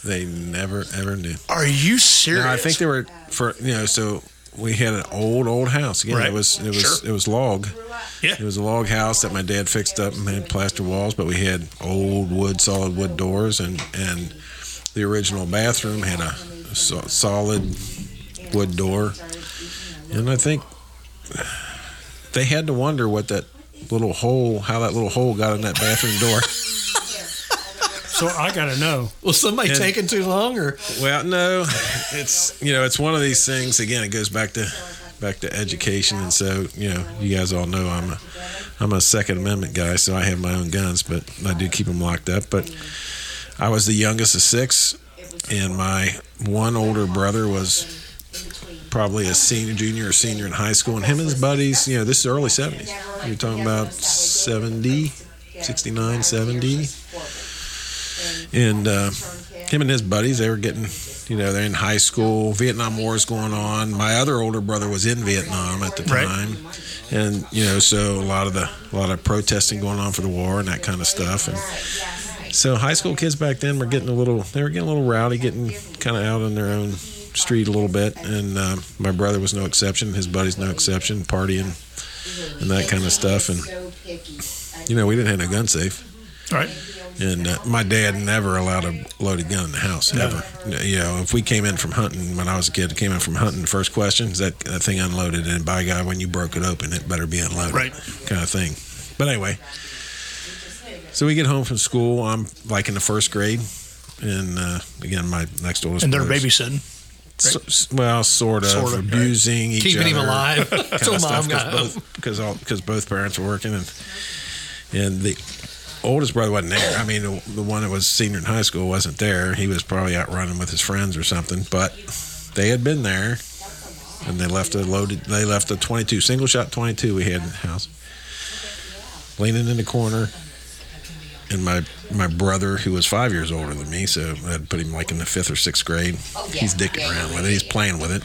they never ever knew Are you serious? No, I think they were for you know. So we had an old old house. Again, Right. it was it was Sure. it was log. Yeah. It was a log house that my dad fixed up and had plaster walls, but we had old wood, solid wood doors, and and the original bathroom had a so, solid wood door, and I think they had to wonder what that little hole, how that little hole got in that bathroom door. So I gotta know. Was somebody And- taking too long or Well, no, it's you know it's one of these things. Again, it goes back to back to education, and so you know you guys all know I'm a I'm a Second Amendment guy, so I have my own guns, but I do keep them locked up. But I was the youngest of six, and my one older brother was probably a senior, junior, or senior in high school, and him and his buddies. You know, this is early '70s. You're talking about '70, '69, '70 and uh, him and his buddies they were getting you know they're in high school vietnam war is going on my other older brother was in vietnam at the Right. time and you know so a lot of the a lot of protesting going on for the war and that kind of stuff and so high school kids back then were getting a little they were getting a little rowdy getting kind of out on their own street a little bit and uh, my brother was no exception his buddies no exception partying and that kind of stuff and you know we didn't have no gun safe All right. And uh, my dad never allowed a loaded gun in the house ever. You know, if we came in from hunting when I was a kid, came in from hunting, the first question is that, that thing unloaded, and by God, when you broke it open, it better be unloaded, Right. Kind of thing. But anyway, so we get home from school. I'm like in the first grade, and uh, again, my next oldest And they're brother's- babysitting. so, s- well, sort of, Sort of, abusing each Keeping other, him alive till mom got home. because both because all because both parents were working and and the oldest brother wasn't there. I mean, the, the one that was senior in high school wasn't there. He was probably out running with his friends or something. But they had been there, and they left a loaded. They left a twenty-two single shot twenty-two we had in the house, leaning in the corner. And my my brother, who was five years older than me, so I'd put him like in the fifth or sixth grade. Oh, He's dicking around with it. He's playing with it.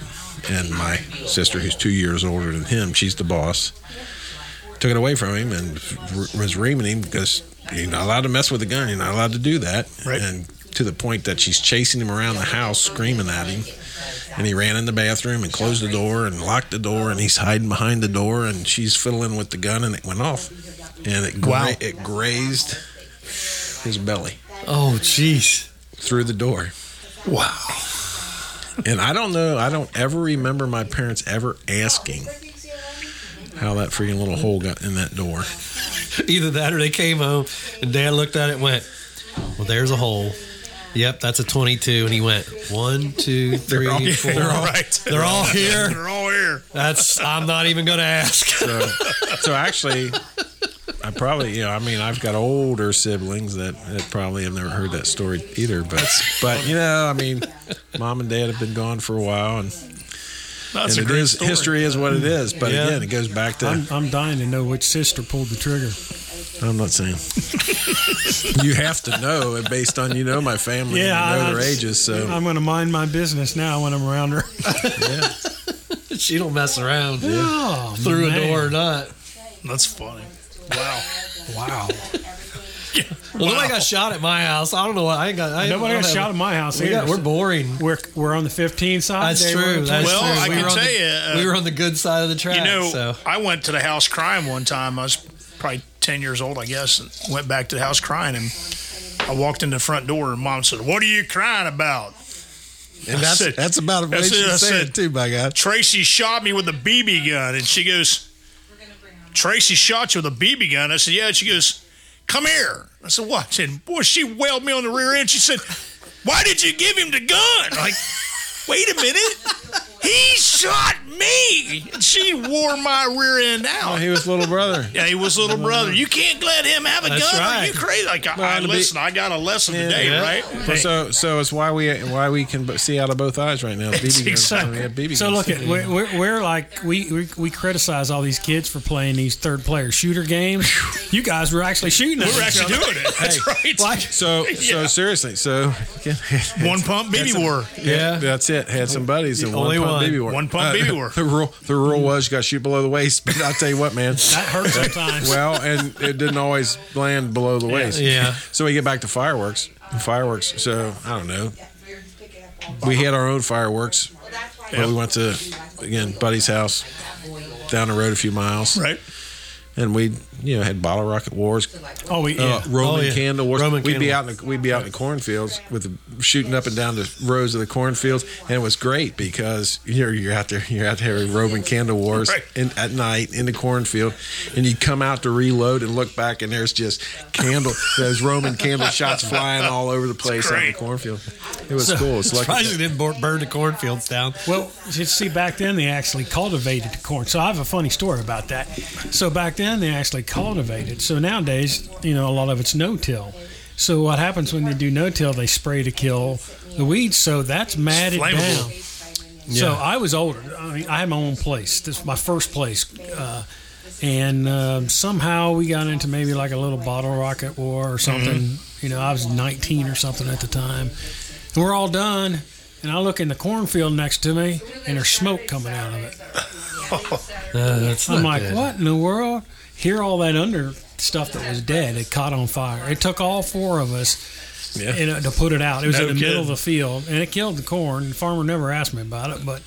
And my sister, who's two years older than him, she's the boss took it away from him and r- was reaming him because you're not allowed to mess with a gun. You're not allowed to do that. Right. And to the point that she's chasing him around the house, screaming at him. And he ran in the bathroom and closed the door and locked the door, and he's hiding behind the door, and she's fiddling with the gun, and it went off, and it gra- Wow. it grazed his belly Oh, jeez. through the door. Wow. And I don't know. I don't ever remember my parents ever asking how that freaking little hole got in that door. Either that or they came home and dad looked at it and went, Well, there's a hole. Yep, that's a 22. And he went, One, two, three, all- four." [laughs] They're all right. [laughs] They're all here. They're all here. That's, I'm not even going to ask. [laughs] So, so actually, I probably, you know, I mean, I've got older siblings that, that probably have never heard that story either. But, but you know, I mean, mom and dad have been gone for a while, and, That's and a it great is story. history is what it is. But Yeah. again, it goes back to I'm, I'm, I'm dying to know which sister pulled the trigger. not saying you have to know it based on you know my family, and you know I- their I- ages. So I'm going to mind my business now when I'm around her. yeah, she don't mess around [laughs] Oh, through man. a door or not. That's funny. Wow. Wow. Well, nobody Wow. got shot at my house. I don't know what I ain't got. I Nobody I don't got have- shot at my house We either. got, we're boring. we're, we're on the 15 side. That's They were true. the 20. That's Well, true. I can were on tell the- ya, uh, we were on the good side of the track. You know, so I went to the house crying one time. I was probably 10 years old, I guess, and went back to the house crying. And I walked in the front door, and mom said, What are you crying about? and that's said- that's about a way that's she it, I said said- it too. By God, Tracy shot me with a BB gun. And she goes, Tracy shot you with a BB gun. I said, Yeah. And she goes, Come here. I said, What? And boy, she wailed me on the rear end. She said, Why did you give him the gun? I'm Like, wait a minute. He shot me. And she wore my rear end out. [laughs] he was little brother. Yeah, he was little brother. You can't let him have a That's gun. Are right. you crazy? Like, I, Well, I to be- listen. I got a lesson Yeah, today, yeah. right? Well, so, so it's why we why we can bo- see out of both eyes right now. BB guns. Exactly. We have BB So guns. look, at, we're, we're, we're like we, we we criticize all these kids for playing these third player shooter games. You guys were actually shooting. at We're each actually other. doing it. That's right. Like So Yeah. so seriously, so [laughs] one pump BB war. Yeah. that's it. Had some buddies and Only one one. pump BB war. One pump BB war. [laughs] The rule the rule was you got to shoot below the waist. But I'll tell you what, man. that [laughs] hurts sometimes. Well, and it didn't always land below the waist. yeah. So we get back to fireworks. Fireworks. So I don't know. We had our own fireworks. But we went to again buddy's house down the road a few miles, Right. and we you know had bottle rocket wars, oh, we, yeah. uh, Oh, Roman yeah. candle wars. Roman we'd be out candle. in the, we'd be out in the cornfields with the, shooting up and down the rows of the cornfields, and it was great because you're you're out there you're out there having Roman candle wars Right. in, at night in the cornfield, and you come out to reload and look back, and there's just candle those Roman candle shots flying all over the place out in the great. cornfield. It was [laughs] cool. It's lucky. surprised they didn't bur- burn the cornfields down. Well, you see, back then they actually cultivated the corn. So I have a funny story about that. So back then they actually cultivated. So nowadays, you know, a lot of it's no-till. So what happens when they do no-till? They spray to kill the weeds. So that's matted flammable. down. So I was older. I mean, I had my own place. This was my first place. Uh, and um, somehow we got into maybe like a little bottle rocket war or something. You know, I was 19 or something at the time. And we're all done. And I look in the cornfield next to me, and there's smoke coming out of it. Uh, that's I'm not like, good. what in the world? Here, all that under stuff that was dead, it caught on fire. It took all four of us Yeah. you know, to put it out. It was No in the middle of kidding. the field, and it killed the corn. The farmer never asked me about it, but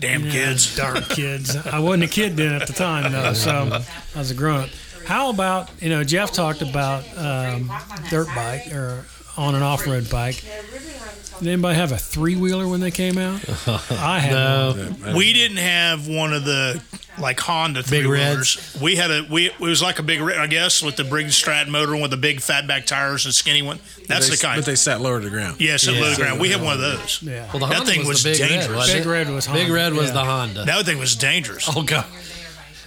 Damn Yeah, kids. [laughs] darn kids. I wasn't a kid then at the time, though, so I was a grown up. How about you know Jeff talked about um, dirt bike or on an off road bike. Did anybody have a three wheeler when they came [laughs] out? I had. No. one. We didn't have one of the like Honda three Big wheelers. We had a we it was like a big red, I guess, with the Briggs Strat motor with the big fatback tires and skinny one. That's they, the kind. But they sat lower to the ground. yes, at Yeah. low ground. We had one of those. Yeah. Well, the That Honda thing was was, the big red. dangerous. wasn't Big it? Red was Big Honda, red was yeah. the Honda. [laughs] That thing was dangerous. oh god!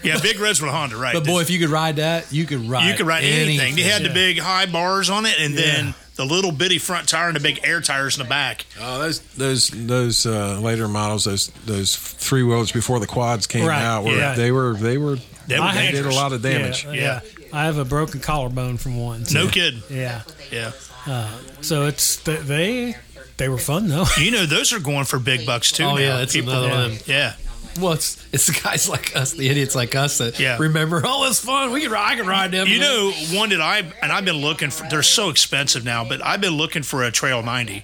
Yeah, big reds with Honda, right? But boy, if you could ride that, you could ride. you could ride anything. They had yeah. the big high bars on it, and Yeah. then the little bitty front tire and the big air tires in the back. Oh, those those those uh, later models, those those three wheelers before the quads came Right, out, were, yeah. they were they were They were I they had- did a dangerous. lot of damage. Yeah, Yeah. I have a broken collarbone from one. so- No kid. Yeah. Yeah. So it's th- they they were fun though. [laughs] You know, those are going for big bucks too. Oh, yeah, now. that's People- another yeah. one. Yeah. Well, it's, it's [laughs] the guys like us, the idiots like us that Yeah. remember. Oh, it's fun. We can. ride- I can ride them. You know, one that I and I've been looking for. They're so expensive now, but I've been looking for a Trail 90,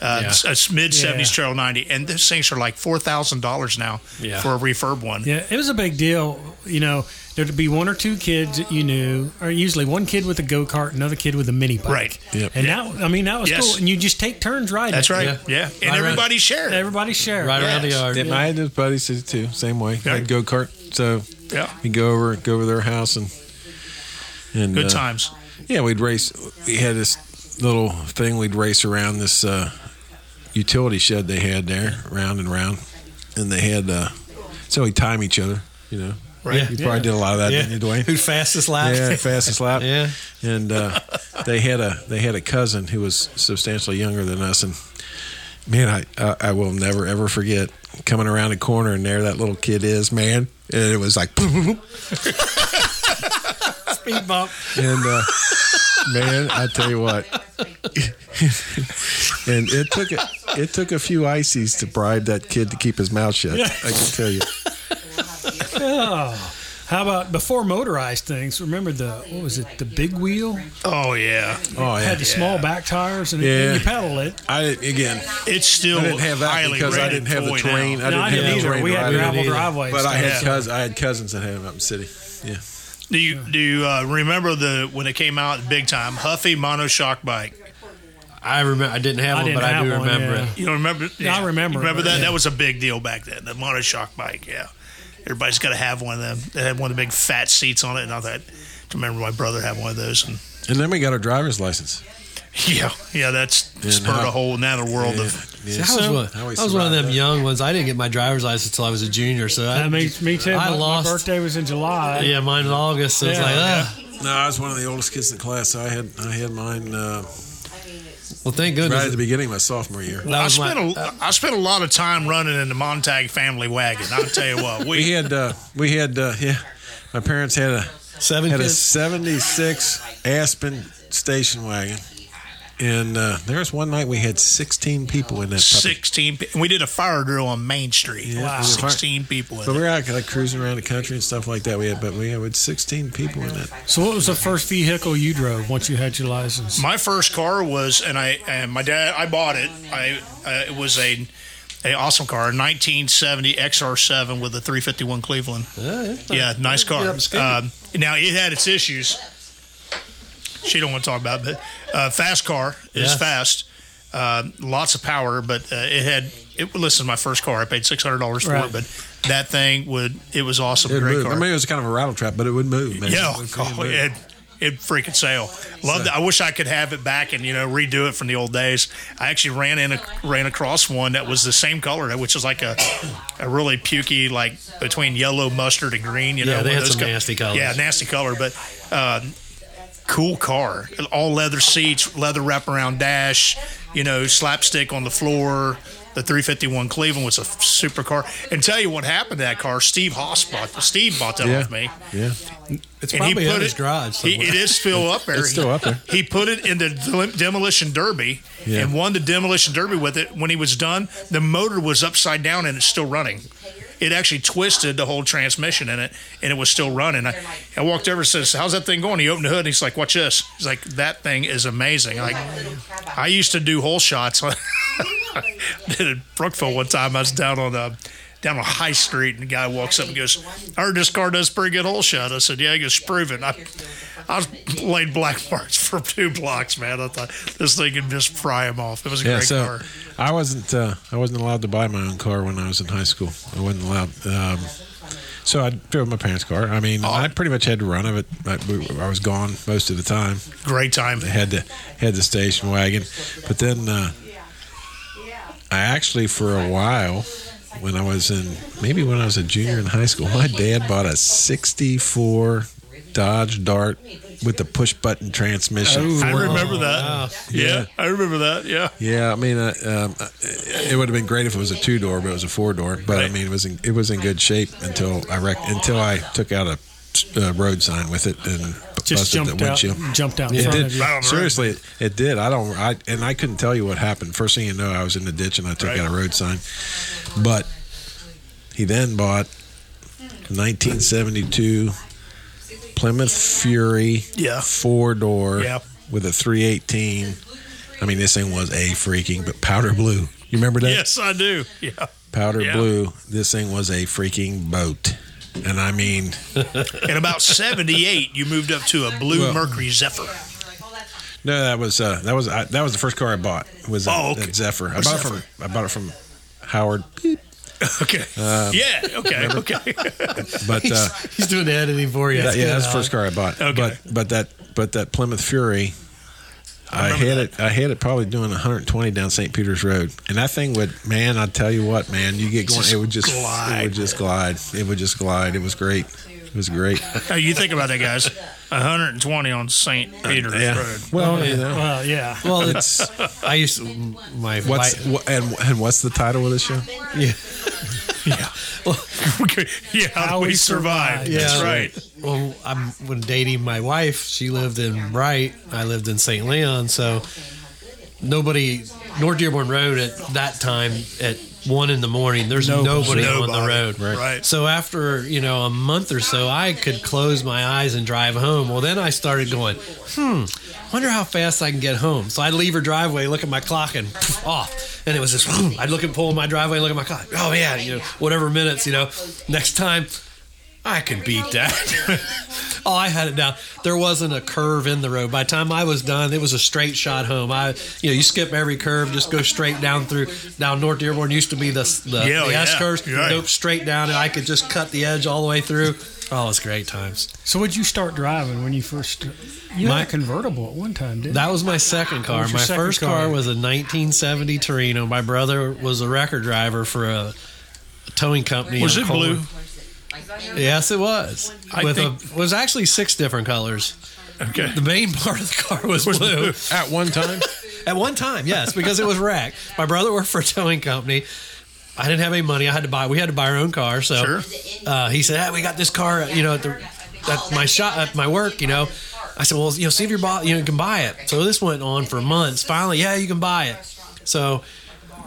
uh, Yeah. a mid 70s Trail 90, and those things are like four thousand dollars now Yeah. for a refurb one. Yeah, it was a big deal. You know, there'd be one or two kids that you knew, or usually one kid with a go kart, another kid with a mini bike. Right. Yep. And that, I mean, that was Yes. cool. And you just take turns riding. That's it. right. Yeah. Yeah, Right and around- everybody shared. Everybody shared. Right around the Yes. yard. Yeah, I had those buddies that too, same way. Yeah. Go kart, so Yeah, you go over go over their house and and good uh, times. Yeah, we'd race. We had this little thing we'd race around this uh, utility shed they had there, round and round, and they had uh, so we time each other. You know, Right. You probably did a lot of that, didn't [laughs] you, Dwayne? Who fastest lap? Yeah, fastest lap. Yeah. and uh, they had a they had a cousin who was substantially younger than us, and man, I I, I will never ever forget coming around the corner and there that little kid is, man, and it was like [laughs] boom, boom, boom. Speed bump. and uh, man, I tell you what, [laughs] and it took a, it took a few ices to bribe that kid to keep his mouth shut. I can tell you. How about before motorized things? Remember the what was it? The big wheel Oh yeah, Oh yeah, had the small back tires, and, Yeah. and you pedal it. I again, it's still I didn't have that highly because I didn't have the rated toy terrain. now. no, I didn't I have didn't the either. terrain. We had right. gravel either. driveways, But I had Yeah. cous I had cousins that had them up in the city. Yeah. Do you do you uh, remember the when it came out big time? Huffy monoshock bike. I remember. I didn't have I one, didn't but I have do one, remember yeah. it. You don't remember? Yeah, I remember. Remember that? Yeah. That was a big deal back then. The monoshock bike. Yeah, everybody's got to have one of them. They had one of the big fat seats on it, and all that. I remember my brother had one of those, and [laughs] And then we got our driver's license. yeah, yeah, that's spurred now- a whole another world of. Yeah. See, I was, So- one, How we I was one of them survived that. young ones. I didn't get my driver's license until I was a junior. So I, That makes Uh, me too. Uh, I my, my lost. birthday was in July. Yeah, mine in August. So it's Yeah. like, Yeah. ah. No, I was one of the oldest kids in the class. So I had I had mine uh, well, thank goodness. right at the beginning of my sophomore year. that I was spent my, a, I spent a lot of time running in the Montag family wagon. I'll tell you what, [laughs] We we had uh, we had uh, yeah, my parents had a seven had a kids. '76 Aspen station wagon, and uh, there was one night we had 16 people in that. Puppy. sixteen. pe- We did a fire drill on Main Street. Yeah, wow, it was a fire- sixteen people. In But we it. were out like cruising around the country and stuff like that. We had, but we had with 16 people in it. So what was the first vehicle you drove once you had your license? My first car was, and I and my dad, I bought it. I uh, it was a a awesome car, a 1970 XR7 with a 351 Cleveland. Yeah, nice car. Um, now it had its issues. She don't want to talk about, it, but uh, fast car is Yeah. fast. Uh, lots of power, but uh, it had. It listen, my first car. I paid six hundred dollars for Right. it, but that thing would. It was awesome. It Great moved. car. I mean, it was kind of a rattle trap, but it would move. Man. Yeah, It oh, would move. it it freaking sale. Love that. I wish I could have it back and you know redo it from the old days. I actually ran in a, ran across one that was the same color, which is like a a really pukey like between yellow mustard and green. You Yeah, know, they one of had those some nasty colors. Yeah, nasty color, but. Um, Cool car, all leather seats, leather wraparound dash, you know, slapstick on the floor. The 351 Cleveland was a f- super car. And tell you what happened to that car, Steve Haas bought. Steve bought that Yeah. off me. Yeah. It's And he probably put in his it- garage. He, somewhere. it is [laughs] still up there. It's still up there. He put it in the dem- demolition derby Yeah. and won the demolition derby with it. When he was done, the motor was upside down and it's still running. It actually twisted the whole transmission in it, and it was still running. I, I walked over and says, "How's that thing going?" He opened the hood and he's like, "Watch this." He's like, "That thing is amazing." Like, I [laughs] used to do hole shots. Did at Brookville one time. I was down on the down on High Street, and the guy walks up and goes, "I heard this car does pretty good hole shot." I said, "Yeah." He goes, "Prove it." And I, I was laid black marks for two blocks, man. I thought this thing could just fry him off. It was a Yeah, great so car. I wasn't uh, I wasn't allowed to buy my own car when I was in high school. I wasn't allowed. Um, so I drove my parents' car. I Oh. mean, I pretty much had to run of it. I, we- I was gone most of the time. Great time. had the had the station wagon, but then uh, I actually for a while when I was in maybe when I was a junior in high school, my dad bought a '64 Dodge Dart with the push button transmission. Oh. I remember that. wow. Yeah, Yeah. I remember that. Yeah, Yeah, I mean, uh, um, uh, it would have been great if it was a two door, but it was a four door. But I Right. mean, it was in, it was in good shape until I wrecked, until I took out a uh, road sign with it and b- Just busted the jumped out, windshield. jumped out in It front did of you. Right on the road. seriously. It, it did. I don't. I and I couldn't tell you what happened. First thing you know, I was in the ditch and I took Right. out a road sign. But he then bought 1972 Plymouth Fury Yeah. four door Yeah. with a 318. I mean, this thing was a freaking but powder blue. You remember that? yes, I do. Yeah, Powder Yeah. blue. This thing was a freaking boat. And I mean, in about '78, you moved up to a blue Well- Mercury Zephyr. no, that was uh, that was I, that was the first car I bought was a, Oh, okay. a Zephyr. I A bought it Zephyr. from I bought it from Howard, Okay. uh, yeah. Okay. Okay. but uh, He's doing the editing for you. that, yeah, that's the good, first car I bought. Okay. But but that but that Plymouth Fury, I, remember had it. I had it probably doing 120 down St. Peter's Road, and that thing would man. I tell you what, man, you get going, Just it would just glide. it would just glide. It would just glide. It was great. It was great. Now, Oh, you think about that, guys. 120 on St. Peter's Road. Well, you know, Well, yeah. Well, it's it's [laughs] I used to, my what's my- wh- and and what's the title of the show? Okay. [laughs] yeah, How we we survived. survived. That's Yeah. right. well, I'm when dating my wife, she lived in Bright, I lived in St. Leon, so nobody North Dearborn Road at that time at one in the morning. There's nobody, on the Nobody. road. Right. So after you know a month or so, I could close my eyes and drive home. Well, then I started going, hmm, wonder how fast I can get home. So I'd leave her driveway, look at my clock, and poof, off. And it was just, whoom. I'd look and pull in my driveway, and look at my clock. Oh yeah, you know, whatever minutes, you know. Next time, I can beat that. [laughs] oh, I had it down. There wasn't a curve in the road. By the time I was done, it was a straight shot home. I, you know, you skip every curve, just go straight down through. Down North Dearborn used to be the the, Yeah, the yeah, S curves. you're right. Nope, straight down, and I could just cut the edge all the way through. Oh, it's great times. So, would you start driving when you first? You My- had a convertible at one time, didn't? you? That was my second That car. was my your second first car. car. was a 1970 Torino. My brother was a record driver for a towing company. Was in it Coleman. blue? Yes, it was. I With think- a, was actually six different colors. Okay. The main part of the car was Was blue. [laughs] blue. At one time, At one time, yes, because it was wrecked. My brother worked for a towing company. I didn't have any money. I had to buy. We had to buy our own car. So Sure. uh, he said, "Ah, "We got this car, you know, at, the, at my shop, at my work, you know." I said, "Well, you know, see if you're bought, you know, you can buy it." So this went on for months. Finally, yeah, you can buy it. So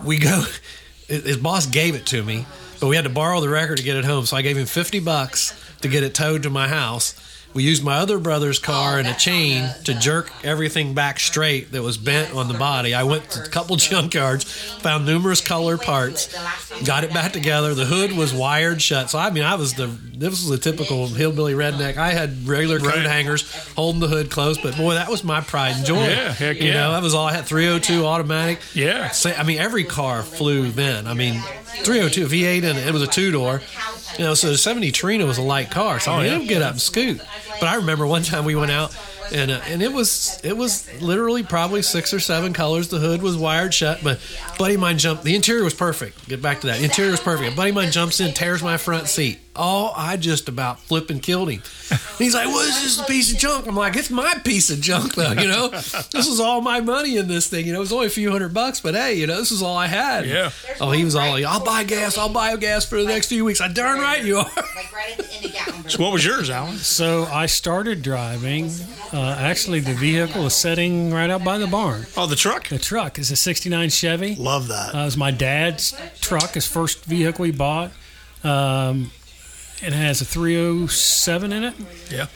we go. His boss gave it to me, but we had to borrow the record to get it home. So I gave him fifty bucks to get it towed to my house. We used my other brother's Oh, car and a chain to jerk everything back straight that was bent on the body. I went to a couple junkyards, found numerous colored parts, got it back together. The hood was wired shut. So I mean, I was the this was a typical hillbilly redneck. I had regular coat Right. hangers holding the hood close, but boy, that was my pride and joy. Yeah, heck You know, yeah. that was all I had. 302 automatic. Yeah. Say- I mean, every car flew then. I mean, 302 V8 and it was a two door. You know, so the 70 Torino was a light car, so I mean, yeah. it would get up and scoot. But I remember one time we went out. And, uh, and it was it was literally probably six or seven colors. The hood was wired shut, but a buddy of mine jumped. The interior was perfect. Get back to that. Interior was perfect. A buddy of mine jumps in, tears my front seat. Oh, I just about flipped and killed him. And he's like, "What is this piece of junk?" I'm like, "It's my piece of junk, though. You know, this was all my money in this thing. You know, it was only a few hundred bucks, but hey, you know, this is all I had." Yeah. Oh, he was all like, "I'll buy gas. I'll buy gas for the next few weeks." I darn right you are. Like right at the end of Gatlinburg. So what was yours, Alan? So I started driving. Uh, actually, the vehicle is sitting right out by the barn. Oh, the truck. The truck is a '69 Chevy. Love that. Uh, it was my dad's truck, his first vehicle he bought. Um, it has a 307 in it, yeah.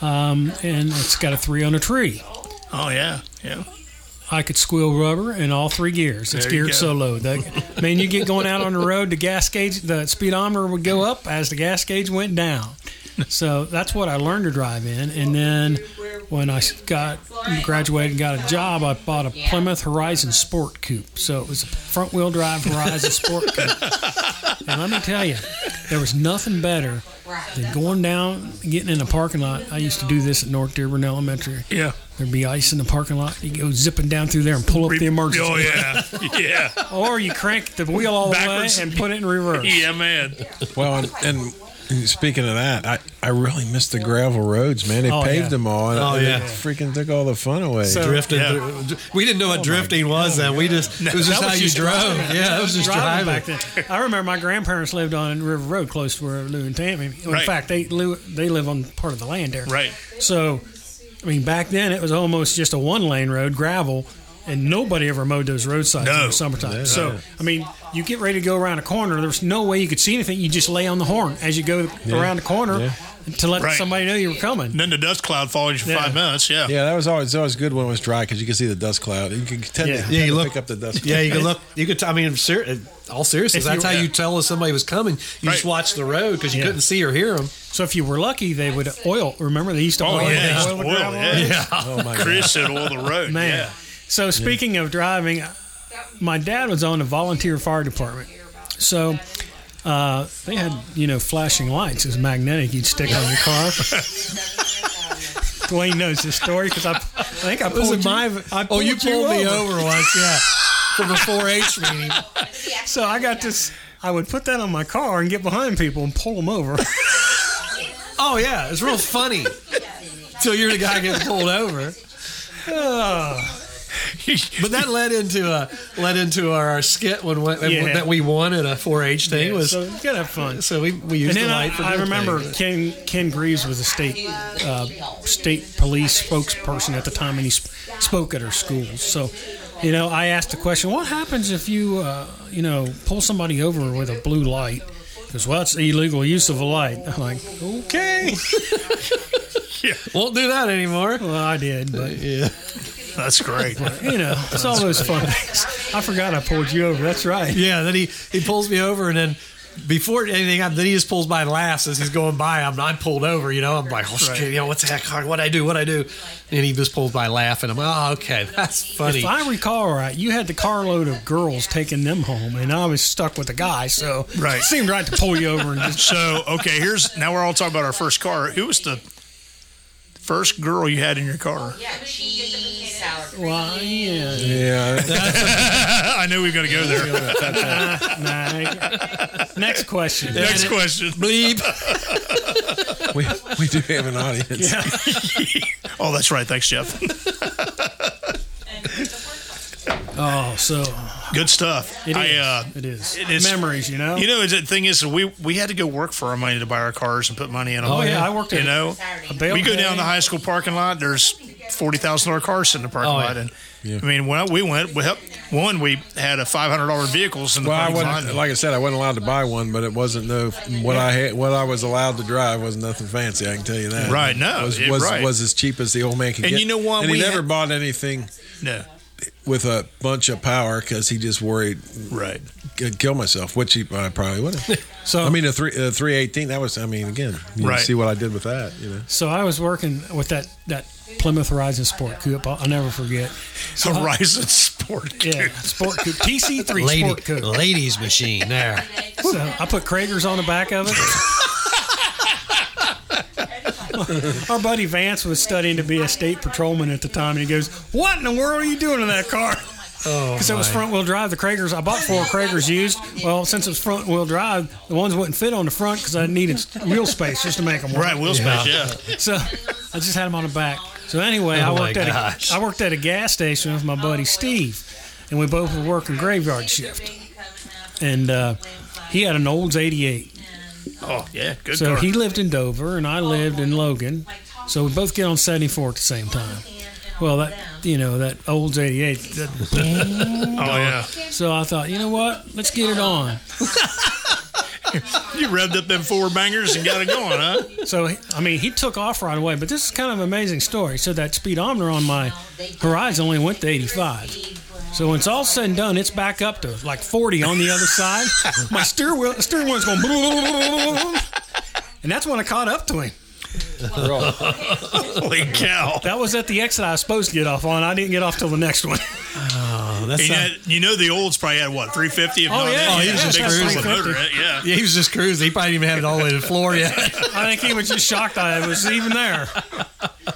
um, and it's got a three on a tree. Oh yeah. Yeah. I could squeal rubber in all three gears. It's There you geared go. so low. That, man, you get going out on the road, the gas gauge, the speedometer would go up as the gas gauge went down. So that's what I learned to drive in. And then when I got graduated and got a job, I bought a Plymouth Horizon Sport Coupe. So it was a front wheel drive Horizon Sport Coupe. And let me tell you, there was nothing better than going down, getting in a parking lot. I used to do this at North Dearborn Elementary. Yeah. There'd be ice in the parking lot. You go zipping down through there and pull up the emergency. Oh [laughs] yeah, yeah, Or you crank the wheel all Backwards. the way and put it in reverse. yeah, man. Well, and, and speaking of that, I, I really miss the gravel roads, man. They Oh, paved yeah. them all. And Oh, and yeah. It freaking took all the fun away. So- drifting. Yeah. through- we didn't know what drifting was then. We just it that was just was how you just drove. Yeah, it was just driving. Driving back then. I remember my grandparents lived on River Road, close to where Lou and Tammy. In Right. fact, they Lou, they live on part of the land there. Right. So, I mean, back then it was almost just a one lane road, gravel, and nobody ever mowed those roadsides No. in the summertime. So, I mean, you get ready to go around a corner, there's no way you could see anything. You just lay on the horn as you go around the corner to let Right. somebody know you were coming. And then the dust cloud follows you for Yeah. five minutes. Yeah. yeah, that was always that was good when it was dry because you could see the dust cloud. You could tend Yeah. to, Yeah, you tend to look- pick up the dust. Yeah, you [laughs] could look. You could. T- I mean, ser- all seriousness, If you- that's how you tell if somebody was coming. You Right. just watched the road because you Yeah. couldn't see or hear them. So, if you were lucky, they would oil. Remember, they used to Oh oil, yeah, the it's oil the oil, gravel yeah. roads? Oh my god. Chris said oil the road. Man. Yeah. So speaking of driving, my dad was on the volunteer fire department. So uh, they had, you know, flashing lights. It was magnetic. You'd stick on your car. Dwayne knows this story because I, I think I pulled my. I pulled Oh, you pulled me over. over once, yeah, from a 4-H meeting. So I got this. I would put that on my car and get behind people and pull them over. Oh yeah, it's [laughs] real funny. Till you're the guy getting [sighs] pulled over. But that led into a led into our, our skit when, when Yeah. that we won at a 4-H thing was. so you gotta have fun. So we, we used And the then light I, for I good remember things. Ken Ken Greaves was a state uh, state police spokesperson at the time, and he sp- spoke at our schools. So, you know, I asked the question, "What happens if you, uh, you know, pull somebody over with a blue light?" Because well, it's illegal use of a light. I'm like, okay. Won't do that anymore. Well, I did, but Yeah. That's great. you know, it's all those fun things. I forgot I pulled you over. That's right. Yeah, then he, he pulls me over, and then before anything happens, then he just pulls by and laughs as he's going by. I'm I'm pulled over, you know. I'm like, oh shit, you know, what's the heck? What I do? What I do? And he just pulls by laughing. I'm like, oh okay, [laughs] that's funny. If I recall right, you had the carload of girls taking them home, and I was stuck with a guy, so Right. it [laughs] seemed right to pull you over and just So okay, here's now we're all talking about our first car. Who was the first girl you had in your car? [laughs] Cheese, sour Well, yeah. Yeah. I knew we were going to go there. Nah. Next question. Next question. Bleep. we, we do have an audience. Oh, that's right. Thanks, Jeff. Oh, so Good [laughs] stuff. it is. I uh, it is. it is- Memories, you know? you know the thing is we we had to go work for our money to buy our cars and put money in them. oh, yeah. I worked at You know, a Saturday. bail we go day. down the high school parking lot. There's forty thousand dollar cars sitting in the parking Oh, yeah. lot, and I mean, well, we went. We helped, one, we had a five hundred dollar vehicles in the Well, I parking lot. wasn't like I said, I wasn't allowed to buy one, but it wasn't no what I had, what I was allowed to drive was nothing fancy. I can tell you that. Right, no, was it- was, right. was as cheap as the old man could And get. you know what? And he We never had- bought anything no, with a bunch of power because he just worried right. I'd kill myself, which he, I probably would have. [laughs] So, I mean, a three a three eighteen. That was, I mean, again, you Right. see what I did with that. You know, so I was working with that, that Plymouth Horizon Sport Coupe. I'll, I'll never forget. [laughs] So I- Horizon Sport. yeah, Sport [laughs] Coupe. TC3 Sport Lady, Coupe. ladies machine there. So I put Kragers on the back of [laughs] it. Our buddy Vance was studying to be a state patrolman at the time, and he goes, "What in the world are you doing in that car?" Oh, Because it was my. front wheel drive. The Kragers, I bought four Kragers used. Well, since it's front wheel drive, the ones wouldn't fit on the front because I needed wheel space just to make them work. Right, Will Space, yeah. So I just had him on the back. So anyway, I Oh my worked at gosh. a, I worked at a gas station with my buddy Steve, and we both were working graveyard shift. And uh, he had an Olds '88, Oh, yeah, good so car. he lived in Dover and I lived in Logan. So we both get on 74 at the same time. Well, that you know that Olds '88. that- oh, yeah. so I thought, you know what? Let's get it on. You revved up them four bangers and got it going, huh? So I mean, he took off right away. But this is kind of an amazing story. So that speedometer on my Horizon only went to 85. So when it's all said and done, it's back up to like 40 on the other [laughs] side. my steer wheel, steering wheel's going, and that's when I caught up to him. Holy cow! That was at the exit I was supposed to get off on. I didn't get off till the next one. Oh, that's And yet, not, you know the olds probably had what 350. If Oh, not yeah. that, Oh, he yeah, was just big cruising. solid motor, right? yeah. yeah, he was just cruising. He probably didn't even have it all the way to the floor yet. [laughs] I think he was just shocked I was even there. [laughs]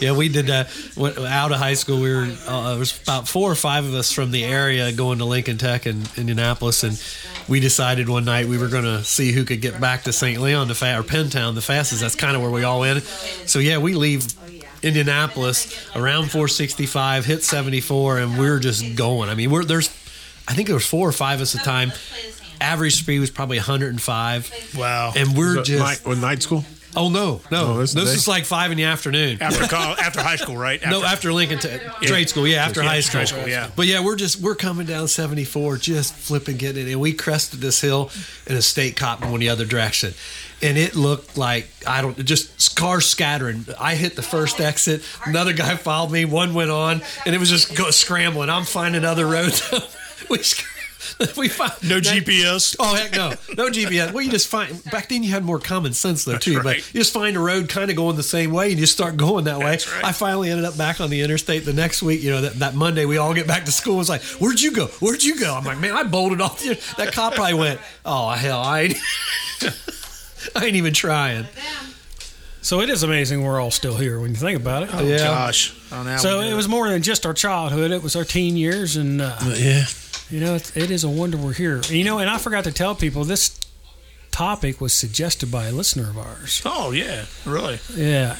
Yeah, we did that. When, out of high school, we were uh, there was about four or five of us from the area going to Lincoln Tech in Indianapolis, and we decided one night we were going to see who could get back to St. Leon the fa- or Pentown the fastest. That's kind of where we all went. So yeah, we leave Indianapolis around 465, hit 74, and we are just going. I mean, we're there's, I think there was four or five of us at the time. Average speed was probably 105, Wow. and we're Just, just night, night school? oh no, no, No, this, this is- is like five in the afternoon. After college, after high school, right? No, after Lincoln Tech, trade school. Yeah, after Yeah, high after school. high school, yeah. But yeah, we're just we're coming down 74, just flipping, getting it, and we crested this hill, and a state cop going the other direction, and it looked like I don't just cars scattering. I hit the first exit, another guy followed me, one went on, and it was just go scrambling. I'm finding other roads. [laughs] we sc- we find no GPS. Oh heck no, no GPS. Well, you just find back then you had more common sense though too. right. But you just find a road kind of going the same way, and you start going that way. That's right. I finally ended up back on the interstate the next week. You know that, that Monday we all get back to school. It's like, where'd you go? Where'd you go? I'm like, man, I bolted off. The, [laughs] that cop probably went, oh hell, I ain't, [laughs] I ain't even trying. So it is amazing we're all still here when you think about it. yeah. Gosh. Oh, now So we do. it was more than just our childhood. It was our teen years, and uh, Yeah. you know, it, it is a wonder we're here. You know, and I forgot to tell people this topic was suggested by a listener of ours. Oh yeah, really? Yeah.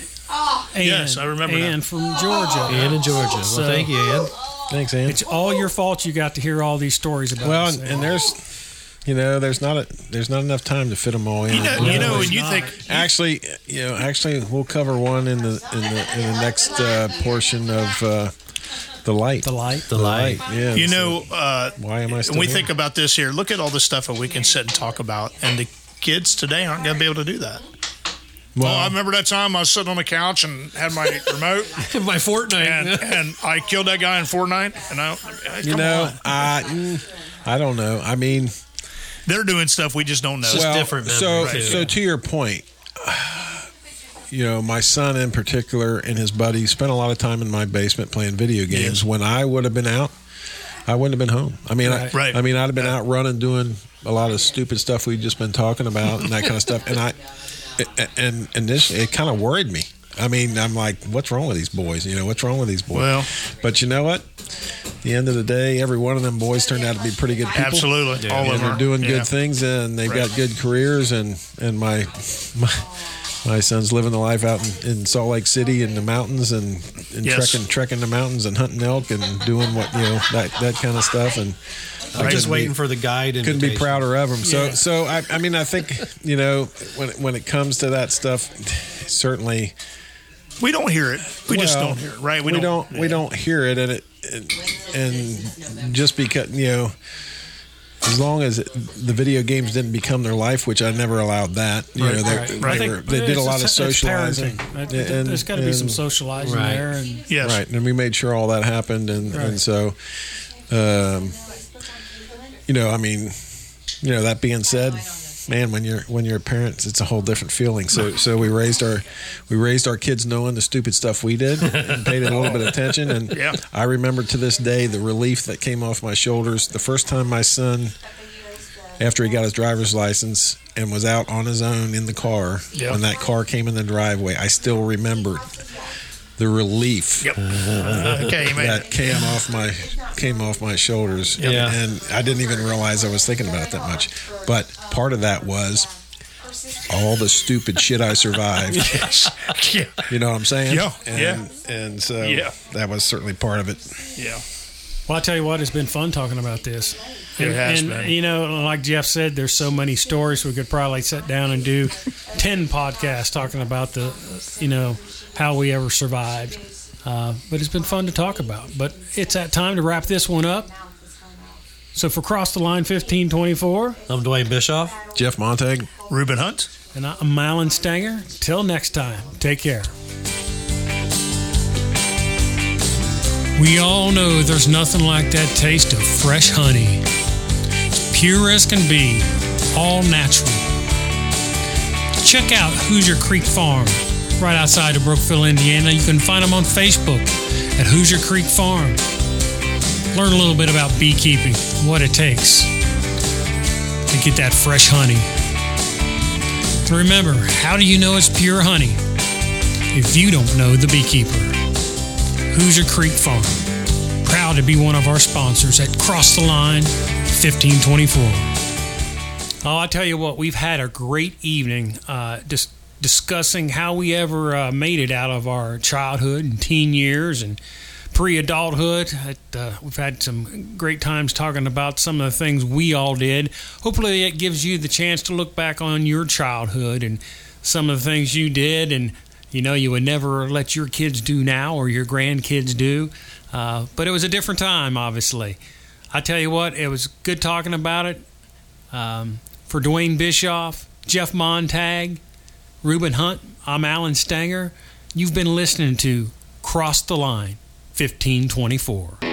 Ann, Yes, I remember now. Ann from Georgia. Ann in Georgia. Well, So- thank you, Ann. Thanks, Ann. It's all your fault you got to hear all these stories about. Well, us. and, and there's, you know, there's not a, there's not enough time to fit them all in. You know, you know, Really. and you think actually, you know, actually, we'll cover one in the in the in the next uh, portion of uh, the light. the light. The light. Yeah. you so know. Uh, why am I still? when we here? think about this here, look at all the stuff that we can sit and talk about, and the kids today aren't going to be able to do that. Well, I remember that time I was sitting on the couch and had [laughs] my remote, [laughs] My and, Fortnite. and I killed that guy in Fortnite. And I, I- you come know, on. I, mm, I don't know. I mean, they're doing stuff we just don't know. Well- different memory, So, too. so to your point, you know, my son in particular and his buddy spent a lot of time in my basement playing video games. When I would have been out, I wouldn't have been home. I mean, I, Right. I mean, I'd have been out running, doing a lot of stupid stuff we've just been talking about and that kind of stuff. And I, and- and initially, it kind of worried me. I mean, I'm like, what's wrong with these boys? You know, what's wrong with these boys? Well- but you know what? At the end of the day, every one of them boys turned out to be pretty good people Absolutely, all of and them they're are doing Yeah. good things and they've Right. got good careers and and my my my son's living the life out in, in Salt Lake City in the mountains and, and Yes. trekking trekking the mountains and hunting elk and doing what you know that that kind of stuff and I'm just couldn't waiting be- for the guide. couldn't be invitation. prouder of them. So so I, I mean I think you know when it- when it comes to that stuff certainly we don't hear it. We just well, don't hear it, right? we, don't, we don't hear it and it and, and just because you know as long as the video games didn't become their life which i never allowed that you know they, Right. they, I think- were, they did it's- a lot of it's- it's socializing parenting. It- it- There's got to be and- some socializing Right. there, and Yes. right and we made sure all that happened and, Right. and so um, you know i mean you know that being said man when you're when you're a parent it's a whole different feeling so so we raised our we raised our kids knowing the stupid stuff we did and paid a little bit of attention and [laughs] Yeah. i remember to this day the relief that came off my shoulders the first time my son after he got his driver's license and was out on his own in the car Yeah. when that car came in the driveway i still remembered the relief Yep. Uh, [laughs] okay, you made that it. came off my came off my shoulders Yeah. and I didn't even realize I was thinking about it that much but part of that was all the stupid shit [laughs] I survived Yes. yeah. you know what I'm saying Yeah, and, yeah. and so Yeah. that was certainly part of it Yeah. well, I tell you what, it's been fun talking about this. It and, has and, been. you know, like Jeff said, there's so many stories we could probably sit down and do ten podcasts talking about the, you know, how we ever survived. Uh, but it's been fun to talk about. But it's that time to wrap this one up. So for Cross the Line 1524, I'm Dwayne Bischoff. Jeff Montag. Reuben Hunt. and I'm Alan Stanger. Till next time, take care. We all know there's nothing like that taste of fresh honey. It's pure as can be, all natural. Check out Hoosier Creek Farm, right outside of Brookville, Indiana. You can find them on Facebook at Hoosier Creek Farm. Learn a little bit about beekeeping, what it takes to get that fresh honey. And Remember, how do you know it's pure honey if you don't know the beekeeper? Hoosier Creek Farm, proud to be one of our sponsors at Cross the Line 1524. Oh, I tell you what, we've had a great evening uh, dis- discussing how we ever uh, made it out of our childhood and teen years and pre-adulthood. It, uh, we've had some great times talking about some of the things we all did. Hopefully, it gives you the chance to look back on your childhood and some of the things you did, and you know you would never let your kids do now or your grandkids do. Uh, but it was a different time, obviously. I tell you what, it was good talking about it. Um, for Dwayne Bischoff, Jeff Montag, Reuben Hunt, I'm Alan Stanger. You've been listening to Cross the Line. 1524.